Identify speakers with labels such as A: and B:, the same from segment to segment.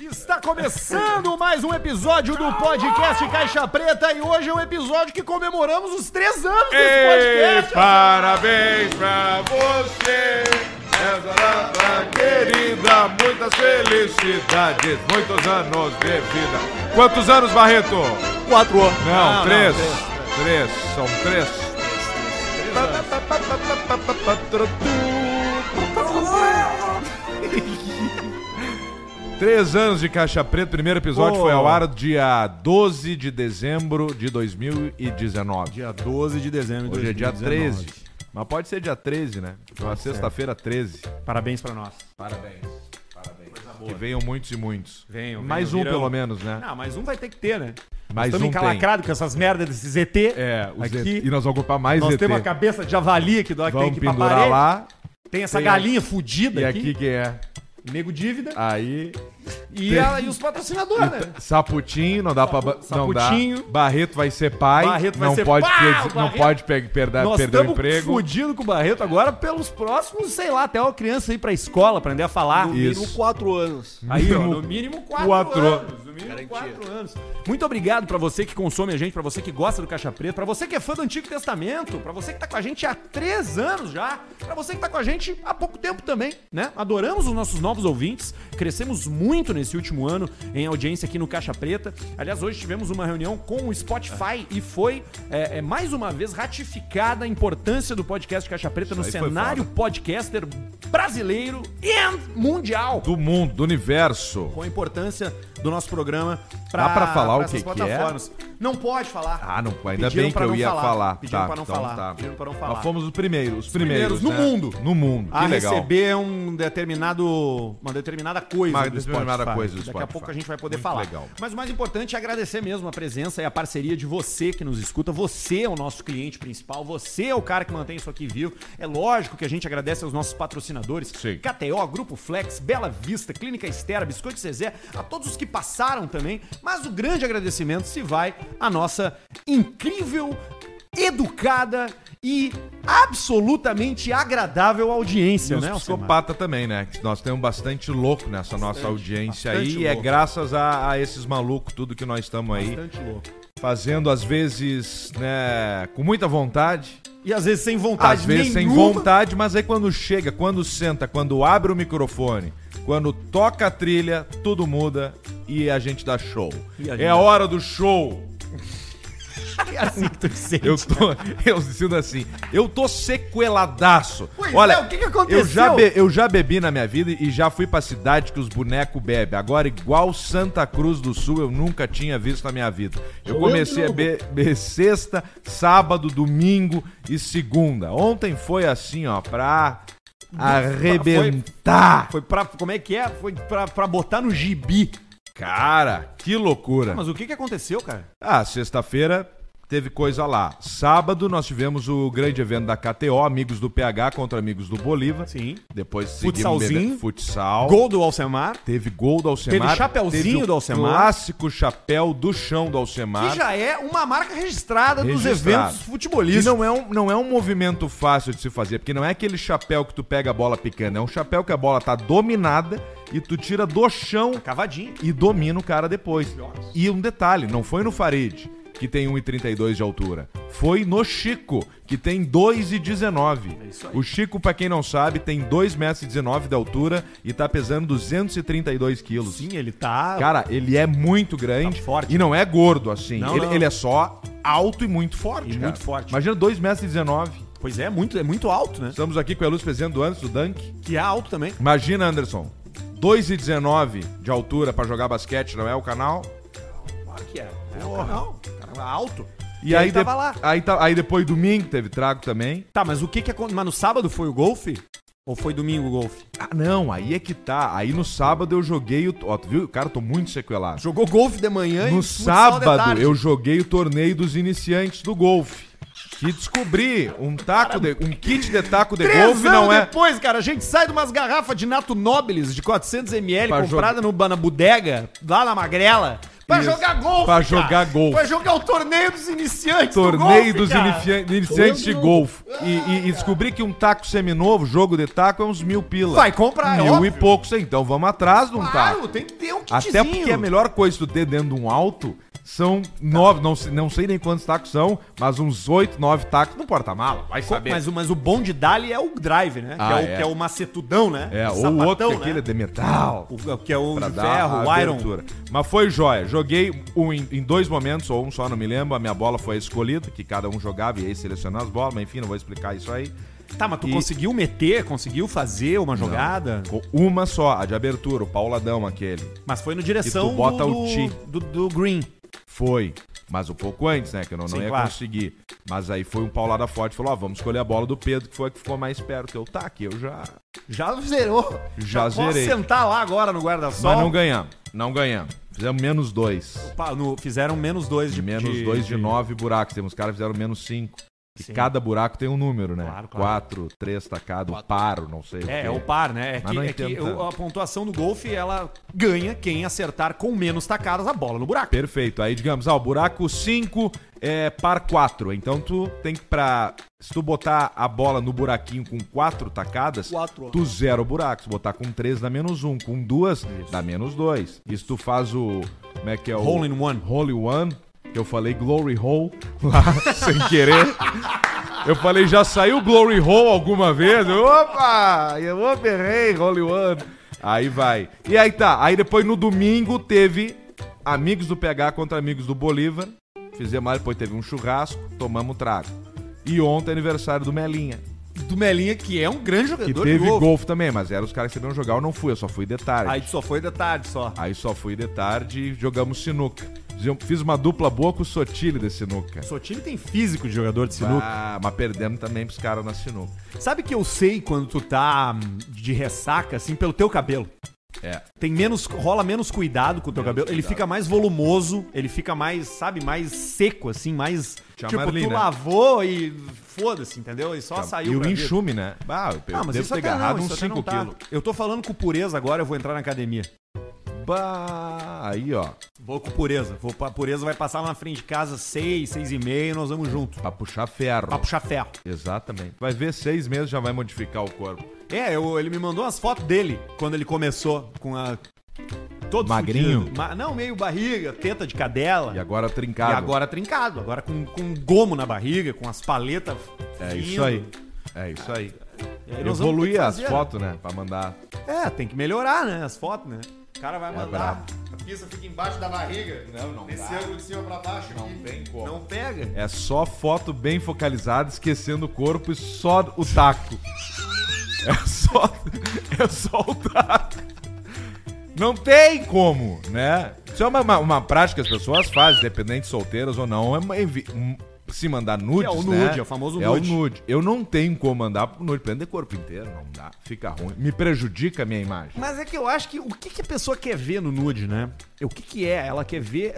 A: Está começando mais um episódio do podcast Caixa Preta e hoje é um episódio que comemoramos os três anos desse
B: Ei,
A: podcast.
B: parabéns pra você, essa data querida, muitas felicidades, muitos anos de vida. Quantos anos, Barreto?
A: Quatro anos.
B: Não,
A: Não, não,
B: três.
A: três,
B: três. são três. Três anos de Caixa Preta, primeiro episódio
A: Pô.
B: foi ao ar dia 12 de dezembro de 2019.
A: Dia 12 de dezembro de
B: Hoje é dia
A: 2019.
B: 13. Mas pode ser dia 13, né? Uma sexta-feira 13.
C: Parabéns pra nós.
B: Parabéns. Parabéns. Que venham muitos e muitos.
C: Venham,
B: Mais um,
C: venham, virão.
B: pelo menos, né?
C: Ah, mas um vai ter que ter, né?
B: Mais
C: Estamos
B: um
C: encalacrados com essas merdas desses ET.
B: É, os
C: aqui.
B: ET. E nós vamos ocupar mais
C: Nós
B: ET.
C: temos a cabeça de javali que dá tem
B: Vamos
C: que ir pra
B: pendurar
C: parede.
B: lá.
C: Tem essa
B: Tem
C: galinha fudida
B: E
C: aqui,
B: aqui quem é?
C: nego dívida.
B: Aí.
C: e,
B: tem-
C: ela- e os patrocinadores, né?
B: Saputinho, não dá pra. ba- Não dá.
C: Saputinho.
B: Barreto vai ser pai.
C: Barreto vai
B: não
C: ser
B: pode
C: pau,
B: per- Não
C: Barreto.
B: pode pe- perder,
C: Nós
B: perder o
C: estamos
B: emprego.
C: fudidos com o Barreto agora pelos próximos, sei lá, até uma criança ir pra escola, aprender a falar.
B: Isso.
A: quatro anos.
C: Aí, ó,
B: Mínimo
C: no mínimo quatro,
B: quatro
C: anos. No mínimo quatro anos. Muito obrigado pra você que consome a gente, pra você que gosta do Caixa Preta, pra você que é fã do Antigo Testamento, pra você que tá com a gente há três anos já, pra você que tá com a gente há pouco tempo também, né? Adoramos os nossos novos ouvintes, crescemos muito nesse último ano em audiência aqui no Caixa Preta. Aliás, hoje tivemos uma reunião com o Spotify e foi, é, é, mais uma vez, ratificada a importância do podcast Caixa Preta no
B: aí foi
C: cenário podcaster brasileiro e mundial
B: Do mundo, do universo.
C: com a importância do nosso programa pra,
B: Dá pra falar o
C: essas
B: que que é?
C: plataformas. Não pode falar.
B: Ah, não, ainda
C: Pediram
B: bem que
C: pra
B: eu
C: não
B: ia
C: falar.
B: falar.
C: Pediram pra não
B: então
C: falar. Pediram pra não falar.
B: Nós fomos os primeiros. Os primeiros,
C: primeiros no
B: né?
C: mundo.
B: No mundo,
C: a
B: que legal.
C: receber um determinado, uma determinada coisa
B: Uma
C: do
B: determinada
C: Spotify.
B: coisa do
C: Daqui a
B: Spotify.
C: pouco a gente vai poder
B: Muito
C: falar.
B: legal.
C: Mas o mais importante é agradecer mesmo a presença e a parceria de você que nos escuta. Você é o nosso cliente principal, você é o cara que mantém isso aqui vivo. É lógico que a gente agradece aos nossos patrocinadores.
B: Sim.
C: KTO, Grupo Flex, Bela Vista, Clínica Estera, Biscoito Zezé, a todos os que passaram também. Mas o grande agradecimento se vai à nossa incrível, educada e absolutamente agradável audiência,
B: E os
C: né? Alcemar?
B: psicopata também, né? Que Nós temos bastante louco nessa nossa audiência aí.
C: bastante
B: E é
C: louco.
B: graças a, a esses malucos, tudo que nós estamos aí.
C: Bastante louco.
B: Fazendo, às vezes, né, com muita vontade.
C: E às vezes sem vontade
B: Às vezes sem
C: nenhuma.
B: vontade, mas aí quando chega, quando senta, quando abre o microfone, quando toca a trilha, tudo muda e a gente dá show.
C: E a gente
B: É a
C: dá-
B: hora do show!
C: É assim que tu sente.
B: Eu tô, eu sinto assim, eu tô sequeladaço.
C: Pois
B: Olha,
C: é, o que que aconteceu?
B: Eu já, be- eu já bebi na minha vida e já fui pra cidade que os bonecos bebem. Agora, igual Santa Cruz do Sul, eu nunca tinha visto na minha vida. Eu comecei a be- beber sexta, sábado, domingo e segunda. Ontem foi assim, ó, pra arrebentar.
C: Foi pra. Como é que é? Foi pra, pra botar no gibi.
B: Cara, que loucura.
C: Mas o que que aconteceu, cara?
B: Ah, sexta-feira teve coisa lá. Sábado nós tivemos o grande evento da KTO, Amigos do PH contra Amigos do Bolívar.
C: Sim.
B: Depois
C: Futsalzinho.
B: bebendo futsal.
C: Gol do Alcemar.
B: Teve gol do Alcemar.
C: Teve chapeuzinho
B: o
C: do Alcemar.
B: Clássico chapéu do chão do Alcemar.
C: Que já é uma marca registrada dos
B: Registrado.
C: eventos
B: E
C: futebolísticos.
B: não é, um, não é um movimento fácil de se fazer, porque não é aquele chapéu que tu pega a bola picando, é um chapéu que a bola tá dominada e tu tira do chão
C: Cavadinha.
B: e domina o cara depois. E um detalhe, não foi no Farid, que tem 1,32 de altura. Foi no Chico, que tem
C: É
B: 2,19. o Chico, pra quem não sabe, tem 2,19 de altura e tá pesando 232 quilos.
C: Sim, ele tá.
B: Cara, ele é muito grande
C: Tá forte.
B: e não é gordo assim.
C: Não,
B: ele,
C: não.
B: ele é só alto e muito forte.
C: E
B: cara.
C: muito forte.
B: Imagina 2,19m.
C: Pois é, muito, é muito alto, né?
B: Estamos aqui com a Luz Fezendo antes do Dunk.
C: Que é alto também.
B: Imagina, Anderson, 2,19 de altura pra jogar basquete, não é o canal?
C: Claro que é. É o canal. Cara, alto.
B: E, aí,
C: tava
B: de-
C: lá.
B: Aí, tá- aí depois domingo teve trago também.
C: Tá, mas o que que aconteceu? Mas no sábado foi o golfe? Ou foi domingo o golfe?
B: Ah, não, aí é que tá. Aí no sábado eu joguei o. Ó, tu viu? Cara, eu tô muito sequelado.
C: Jogou golfe de manhã
B: No
C: futsal de
B: sábado
C: tarde.
B: eu joguei o torneio dos iniciantes do golfe. Que descobri um taco de, um kit de taco de
C: Três
B: golfe
C: anos
B: não é
C: depois, cara, a gente sai de umas garrafas de Nato Nobilis de 400ml
B: Pra
C: comprada no, na bodega, lá na Magrela,
A: Pra
B: Isso.
A: jogar golfe.
B: Pra
A: cara.
B: jogar golfe.
A: Pra jogar o torneio dos iniciantes. do golfe,
B: Torneio dos
A: cara.
B: inifia- iniciantes de
D: Todo-
B: golfe. E, e- e descobri que um taco seminovo, jogo de taco, é uns mil pila.
A: Vai comprar, é
B: Mil e
A: óbvio.
B: poucos, então vamos atrás de um taco.
A: Claro, tem que ter um kitzinho.
B: Até porque a melhor coisa que tu ter dentro de um alto são nove, não, sei- não sei nem quantos tacos são, mas uns oito, nove tacos no porta-mala, vai
C: Co-
B: saber.
C: Mas, o- mas o bom de Dali é o drive, né?
B: Ah,
C: que, é o,
B: é.
C: que é o macetudão, né?
B: É,
C: O
B: ou o
C: sapatão,
B: outro, que
C: né?
B: aquele é de metal.
C: O- o que é o
B: Pra
C: de
B: dar
C: ferro, o
B: a
C: iron.
B: abertura. Mas foi joia. Joguei um em, em dois momentos, ou um só, não me lembro. A minha bola foi a escolhida, que cada um jogava e aí selecionava as bolas, mas enfim, não vou explicar isso aí.
C: Tá, mas tu
B: E-
C: conseguiu meter, conseguiu fazer uma jogada,
B: Com Uma só, a de abertura, o pauladão aquele.
C: mas foi no direção
B: E tu bota
C: do,
B: o ti.
C: do, do Green.
B: Foi. Mas um pouco antes, né? Que eu não, não
C: Sim,
B: ia
C: claro.
B: conseguir. Mas aí foi um paulada forte. Falou, ó, vamos escolher a bola do Pedro, que foi a que ficou mais perto. Eu, tá, aqui eu já...
C: Já zerou.
B: Já
C: posso
B: zerei.
C: sentar lá agora no
B: Mas não
C: guarda-sol.
B: ganhamos. Não ganhamos. Fizemos menos dois.
C: Pá, no- Fizeram menos dois de
B: menos
C: de-
B: dois de, nove buracos. Temos caras que fizeram menos cinco. E
C: Sim.
B: cada buraco tem um número, né?
C: Claro, claro.
B: Quatro, três tacado, paro, não sei
C: É, é
B: o
C: o
B: quê.
C: par, né? É
B: Mas
C: que,
B: não
C: é que
B: entendo
C: o-
B: tanto.
C: a pontuação do golfe, ela ganha quem acertar com menos tacadas a bola no buraco.
B: Perfeito. Aí, digamos, ah, o buraco 5 é par 4. Então tu tem que pra. Se tu botar a bola no buraquinho com quatro tacadas,
D: Quatro.
B: tu zero o buraco. Se botar com três, dá menos um. Com duas, dá menos dois. Isso tu faz o. Como é que é o.
C: Hole in one.
B: Hole in one, que eu falei Glory Hole lá sem querer. Eu falei, já saiu Glory Hole alguma vez? Eu, Opa! Eu operei Hole in One. Aí vai. E aí tá. Aí depois no domingo teve amigos do PH contra amigos do Bolívar. Fizemos lá, depois teve um churrasco, tomamos um trago. E ontem é aniversário do Melinha.
C: Do Melinha, que é um grande
B: Que
C: jogador
B: teve
C: de golfe.
B: golfe também, mas eram os caras que sabiam jogar, eu não fui, eu só fui de tarde.
C: Aí só foi de tarde, só.
B: Aí só fui de tarde e jogamos sinuca. Fiz uma dupla boa com o Sotile de sinuca.
C: Seu time tem físico de jogador de sinuca.
B: Ah, mas perdemos também pros caras na sinuca.
C: Sabe que eu sei quando tu tá hum, de ressaca, assim, pelo teu cabelo.
B: É.
C: Tem menos, rola menos cuidado com o teu cabelo. Ele fica mais volumoso, ele fica mais, sabe, mais seco, assim, mais.
B: Tia
C: tipo,
B: Marli,
C: tu
B: né?
C: lavou e foda-se, entendeu? E só saiu.
B: e o
C: pra vida.
B: enxume, né? Ah, eu
C: Ah, mas
B: devo
C: isso
B: ter
C: até
B: agarrado
C: não,
B: uns
C: isso até
B: 5
C: não tá.
B: quilos.
C: Eu tô falando com pureza agora, eu vou entrar na academia.
B: Bah, aí, ó.
C: Vou com pureza. Vou, a pureza vai passar lá na frente de casa seis, seis e meia e nós vamos junto.
B: Pra puxar ferro.
C: Pra puxar ferro.
B: Exatamente. Vai ver seis meses já vai modificar o corpo.
C: É, eu- ele me mandou umas fotos dele quando ele começou com a. Todo
B: Magrinho?
C: fudido. Ma- não, meio barriga, teta de cadela.
B: E
C: E,
B: agora trincado.
C: agora trincado, agora com, com gomo na barriga, com as paletas.
B: É
C: findo.
B: isso aí. É isso aí.
C: E aí tá nós vamos ter
B: Evoluir
C: que
B: as
C: fazer,
B: fotos, né? Pra mandar.
C: né? É, tem que melhorar, né? As fotos, né? O cara vai mandar.
B: É brabo.
C: a pista fica embaixo da barriga.
B: Não, não
C: Esse
B: dá.
C: ângulo de cima pra baixo. Não
B: tem como.
C: Não pega.
B: É só foto bem focalizada, esquecendo o corpo e só o taco. É só, é só o taco. Não tem como, né? Isso é uma, uma, uma prática que as pessoas fazem, dependente de solteiras ou não. É uma envi- um- se mandar nudes,
C: É o
B: né?
C: nude, é o famoso
B: É
C: nude.
B: o nude. Eu não tenho como mandar nude, prender corpo inteiro, não dá. Fica ruim. Me prejudica a minha imagem.
C: Mas é que eu acho que o que, que a pessoa quer ver no nude, né? O que, que é? Ela quer ver.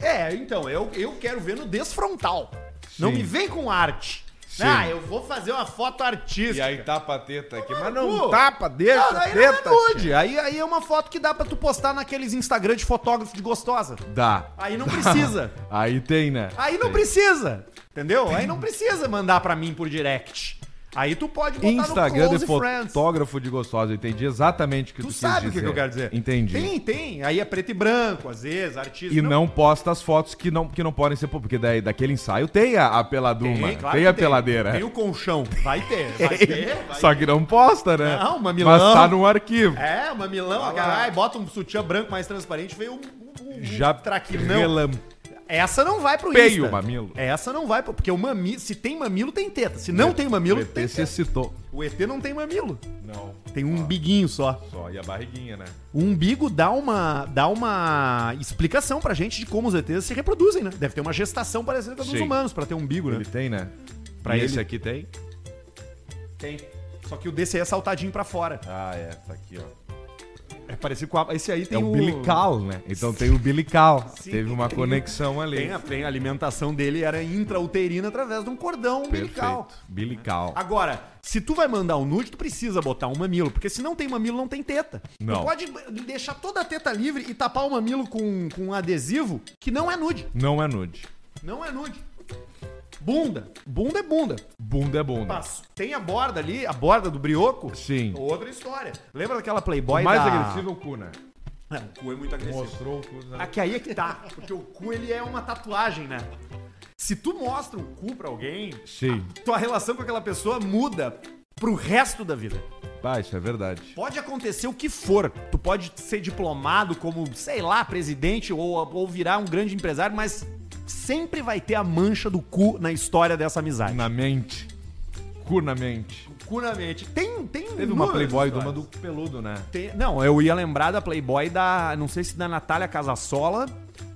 C: É, então, eu, eu quero ver no desfrontal. Não me vem com arte.
B: Sim.
C: Ah, eu vou fazer uma foto artística.
B: tapa a teta aqui, mas
C: no cu.
B: tapa, deixa
C: Não,
B: a
C: aí não é
B: teta.
C: nude. Aí, aí é uma foto que dá pra tu postar naqueles Instagram de fotógrafo de gostosa.
B: Dá.
C: Aí não precisa.
B: Aí tem, né?
C: Aí não precisa. Entendeu? Aí não precisa mandar pra mim por direct. Aí tu pode botar
B: Instagram
C: no
B: de
C: Friends.
B: fotógrafo de gostosa. Eu entendi exatamente o que tu,
C: Tu
B: quis
C: sabe o que,
B: dizer.
C: que eu quero dizer.
B: Entendi.
C: Tem, tem. Aí é preto e branco, às vezes, artista.
B: E não, posta as fotos que não, que não podem ser públicas. Porque daí, daquele ensaio tem a, a peladuma, né? tem,
C: claro
B: a
C: que
B: peladeira.
C: Tem o colchão. Vai ter, vai ter. Vai
B: Só que não posta, né?
C: Não, mamilão.
B: Mas tá num arquivo.
C: É, mamilão, ah, caralho, bota um sutiã branco mais transparente, veio um, um, um
B: Já
C: traquinão.
B: relam-
C: Essa não vai pro
B: Peio o mamilo.
C: Essa não vai, pro- porque o mami, se tem mamilo, tem teta. Se não tem mamilo,
B: O
C: tem
B: ET se
C: teta.
B: excitou.
C: O ET não tem mamilo.
B: Não.
C: Tem um umbiguinho só.
B: Só, e a barriguinha, né?
C: O umbigo dá uma, dá uma explicação pra gente de como os ETs se reproduzem, né? Deve ter uma gestação parecida com a dos
B: Sim.
C: humanos pra ter um umbigo, né?
B: Ele tem, né?
C: Pra
B: e
C: ele-
B: esse aqui tem?
C: Tem. Só que o desse aí é saltadinho pra fora.
B: Ah, é. Tá aqui, ó.
C: É parecido com a... Esse aí tem
B: É
C: o...
B: umbilical, né? Então tem o umbilical. Teve uma conexão
C: Tem
B: ali.
C: a, tem a alimentação dele era intrauterina através de um cordão umbilical.
B: Perfeito. Umbilical.
C: Agora, se tu vai mandar um nude, tu precisa botar um mamilo, porque se não tem mamilo, não tem teta.
B: Não.
C: Tu pode deixar toda a teta livre e tapar o mamilo com, com um adesivo que não é nude.
B: Não é nude.
C: Não é nude. Bunda. Bunda é bunda.
B: Bunda é bunda.
C: Passo. Tem a borda ali, a borda do brioco.
B: Sim.
C: Outra história. Lembra daquela Playboy
B: Mais
C: da...
B: agressivo é o cu, né?
C: É, o cu é muito agressivo.
B: Mostrou o cu.
C: Ah, que aí é que tá. Porque o cu, ele é uma tatuagem, né? Se tu mostra o cu pra alguém,
B: Sim.
C: tua relação com aquela pessoa muda pro resto da vida.
B: Pá, isso é verdade.
C: Pode acontecer o que for. Tu pode ser diplomado como, sei lá, presidente ou, ou virar um grande empresário, mas sempre vai ter a mancha do cu na história dessa amizade.
B: Na mente. Cu na mente.
C: Cu na mente. Tem, tem
B: Teve uma
C: inúmeras
B: Playboy do
C: histórias.
B: Manduco Peludo, né?
C: Tem- não, eu ia lembrar da Playboy da. Não sei se da Natália Casassola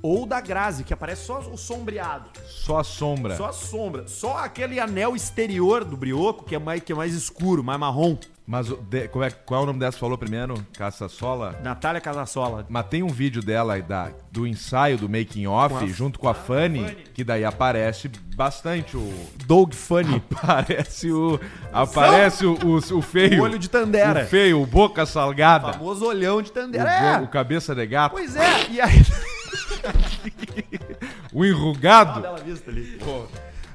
C: ou da Grazi, que aparece só o sombreado,
B: Só a sombra.
C: só a sombra, só aquele anel exterior do brioco, que é mais, que é mais escuro, mais marrom.
B: Mas o- de- como é- qual é o nome dessa que falou primeiro? Caça-sola?
C: Natália Casassola.
B: Mas tem um vídeo dela e da, do ensaio do Making Off junto com a Fanny, que daí aparece bastante o.
C: Doug Funny.
B: Aparece o. Aparece o, o, o feio.
C: O olho de Tandera.
B: O feio, o boca
C: O
B: salgada.
C: famoso olhão de
B: O,
C: Tandera.
B: bo- o
C: É.
B: cabeça de gato.
C: Pois é. E aí.
B: O enrugado.
C: Bela Vista ali.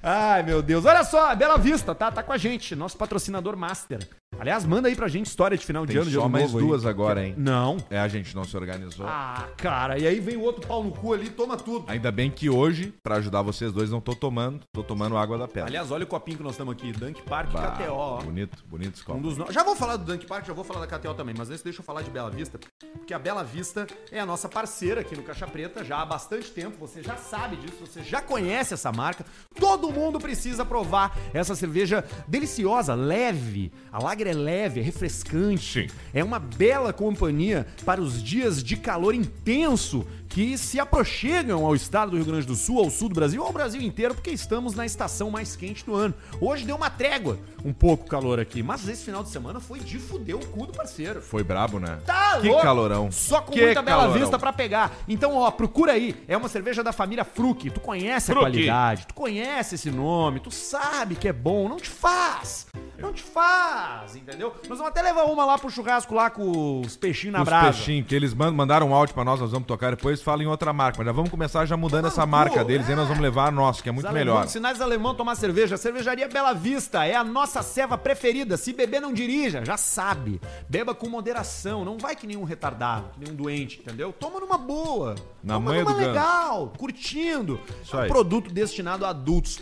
C: Ai, meu Deus. Olha só, a Bela Vista, tá? Tá com a gente. Nosso patrocinador master. Aliás, manda aí pra gente história de final de
B: Tem
C: ano de
B: só
C: ano
B: mais
C: novo aí.
B: duas agora, hein?
C: Não.
B: É, a gente não se organizou.
C: Ah, cara. E aí vem o outro pau no cu ali, toma tudo.
B: Ainda bem que hoje, pra ajudar vocês dois, não tô tomando. Tô tomando água da pedra.
C: Aliás, olha o copinho que nós estamos aqui. Dunk Park
B: Bah,
C: KTO. ó.
B: Bonito, bonito esse
C: Um
B: copo.
C: dos no- Já vou falar do Dunk Park, já vou falar da KTO também, mas antes deixa eu falar de Bela Vista, porque a Bela Vista é a nossa parceira aqui no Caixa Preta já há bastante tempo, você já sabe disso, você já conhece essa marca, todo mundo precisa provar essa cerveja deliciosa, leve, a lager é leve, é refrescante, é uma bela companhia para os dias de calor intenso que se aproximam ao estado do Rio Grande do Sul, ao sul do Brasil, ao Brasil inteiro, porque estamos na estação mais quente do ano. Hoje deu uma trégua, um pouco calor aqui, mas esse final de semana foi de fuder o cu do parceiro.
B: Foi brabo, né?
C: Tá
B: que
C: louco?
B: calorão.
C: Só com
B: Que
C: muita bela
B: calorão.
C: vista pra pegar. Então, ó, procura aí. É uma cerveja da família Fruc. Tu conhece a
B: Fruc.
C: qualidade, tu conhece esse nome, tu sabe que é bom. Não te faz. Não te faz, entendeu? Nós vamos até levar uma lá pro churrasco lá com os peixinhos na
B: Os
C: brasa.
B: peixinhos, que eles man- mandaram um áudio pra nós, nós vamos tocar depois, fala em outra marca. Mas já vamos começar já mudando essa
C: Mano,
B: marca
C: pô,
B: deles, aí nós vamos levar a nossa, que é muito
C: Os
B: melhor.
C: Alemão, sinais alemão tomar cerveja. Cervejaria Bela Vista é a nossa ceva preferida. Se beber, não dirija, já sabe. Beba com moderação, não vai que nenhum retardado, que nenhum doente, entendeu? Toma numa boa.
B: Na
C: Toma
B: manha
C: numa
B: do ganso.
C: legal, curtindo.
B: Isso
C: É um
B: aí.
C: produto destinado a adultos.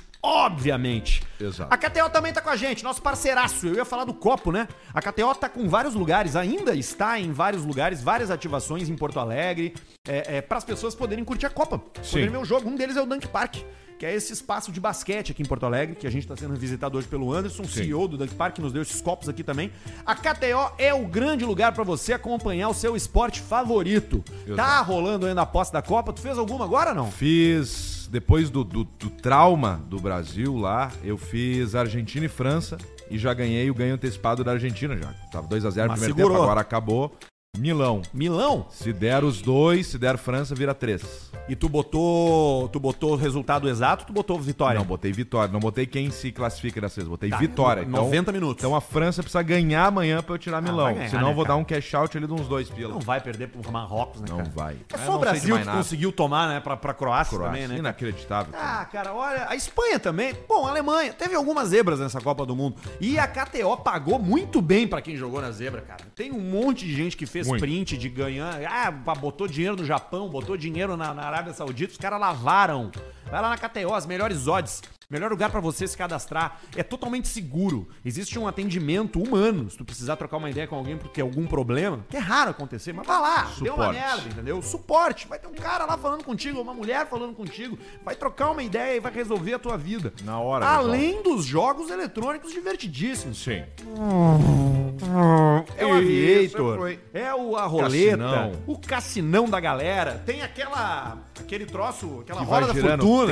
C: Obviamente.
B: Exato.
C: A KTO também tá com a gente, nosso parceiraço. Eu ia falar do copo, né? A KTO tá com vários lugares, ainda está em vários lugares, várias ativações em Porto Alegre, é, para as pessoas poderem curtir a Copa,
B: Sim.
C: poderem ver o jogo. Um deles é o Dunk Park, que é esse espaço de basquete aqui em Porto Alegre, que a gente está sendo visitado hoje pelo Anderson, CEO do Dunk Park, que nos deu esses copos aqui também. A KTO é o grande lugar para você acompanhar o seu esporte favorito.
B: Exato.
C: Tá rolando ainda a aposta da Copa? Tu fez alguma agora ou não?
B: Fiz, depois do, do, do trauma do Brasil lá, eu fiz Argentina e França e já ganhei o ganho antecipado da Argentina já. Tava 2x0 no
C: Mas
B: primeiro
C: segurou.
B: tempo, agora acabou. Milão.
C: Milão?
B: Se der os dois, se der França, vira três.
C: E tu botou, tu botou o resultado exato, tu botou vitória.
B: Não, botei vitória. Não botei quem se classifica dessa vez. Botei
C: Tá,
B: vitória.
C: no- 90 minutos.
B: Então a França precisa ganhar amanhã pra eu tirar Milão.
C: vai ganhar,
B: Senão
C: né,
B: eu vou
C: cara?
B: dar um cash out ali de uns dois pila.
C: Não vai perder pro Marrocos, né,
B: Não
C: cara?
B: vai.
C: É
B: Eu
C: só o
B: não sei de
C: Brasil
B: mais
C: que
B: nada.
C: conseguiu tomar, né, pra, pra Croácia,
B: Croácia.
C: também, né?
B: Inacreditável. cara.
C: Ah, cara, olha, a Espanha também. Bom, a Alemanha teve algumas zebras nessa Copa do Mundo. E a KTO pagou muito bem pra quem jogou na zebra, cara. Tem um monte de gente que fez
B: Muito.
C: print de ganhar. Ah, botou dinheiro no Japão, botou dinheiro na, na Arábia Saudita, os caras lavaram. Vai lá na KTO, as melhores odds. Melhor lugar pra você se cadastrar. É totalmente seguro. Existe um atendimento humano. Se tu precisar trocar uma ideia com alguém porque tem algum problema, que é raro acontecer, mas vai lá. Deu uma
B: Suporte.
C: merda entendeu? Suporte. Vai ter um cara lá falando contigo, uma mulher falando contigo. Vai trocar uma ideia e vai resolver a tua vida. ah,
B: Na hora,
C: Além dos jogos eletrônicos divertidíssimos.
B: Sim.
C: É o
B: Isso,
C: Aviator,
B: foi.
C: é o a roleta,
B: Cassinão.
C: o cassinão da galera. Tem aquela aquele troço, aquela
B: Que
C: roda
B: vai
C: da
B: girando.
C: fortuna.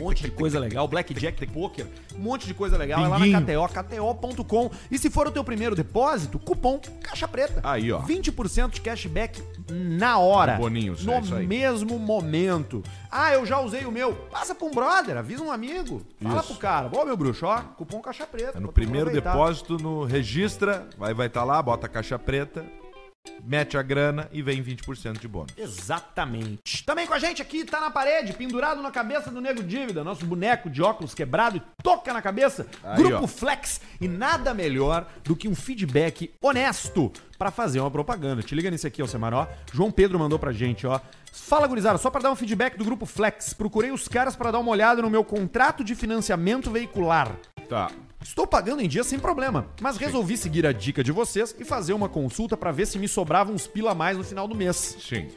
C: Um monte de coisa legal, blackjack, poker, um monte de coisa legal. É lá na KTO, KTO.com. E se for o teu primeiro depósito, cupom Caixa Preta.
B: Aí, ó.
C: 20% de cashback na hora.
B: Boninho, isso
C: No
B: é isso aí.
C: mesmo momento. Ah, eu já usei o meu. Passa pra um brother, avisa um amigo. Fala
B: Isso.
C: pro cara. Ó, meu bruxo, ó, cupom Caixa Preta.
B: É no
C: pra tu
B: primeiro
C: aproveitar.
B: depósito, no registra, vai vai tá lá, bota a caixa preta, mete a grana e vem 20% de bônus.
C: Exatamente. Também com a gente aqui, tá na parede, pendurado na cabeça do Nego Dívida, nosso boneco de óculos quebrado e toca na cabeça,
B: Aí,
C: Grupo
B: ó.
C: Flex. E nada melhor do que um feedback honesto pra fazer uma propaganda. Te liga nesse aqui, Alcemar, ó. João Pedro mandou pra gente, ó. Fala, gurizada, só pra dar um feedback do Grupo Flex. Procurei os caras pra dar uma olhada no meu contrato de financiamento veicular.
B: Tá.
C: Estou pagando em dia sem problema, mas resolvi seguir a dica de vocês e fazer uma consulta pra ver se me sobrava uns pila a mais no final do mês.
B: Sim.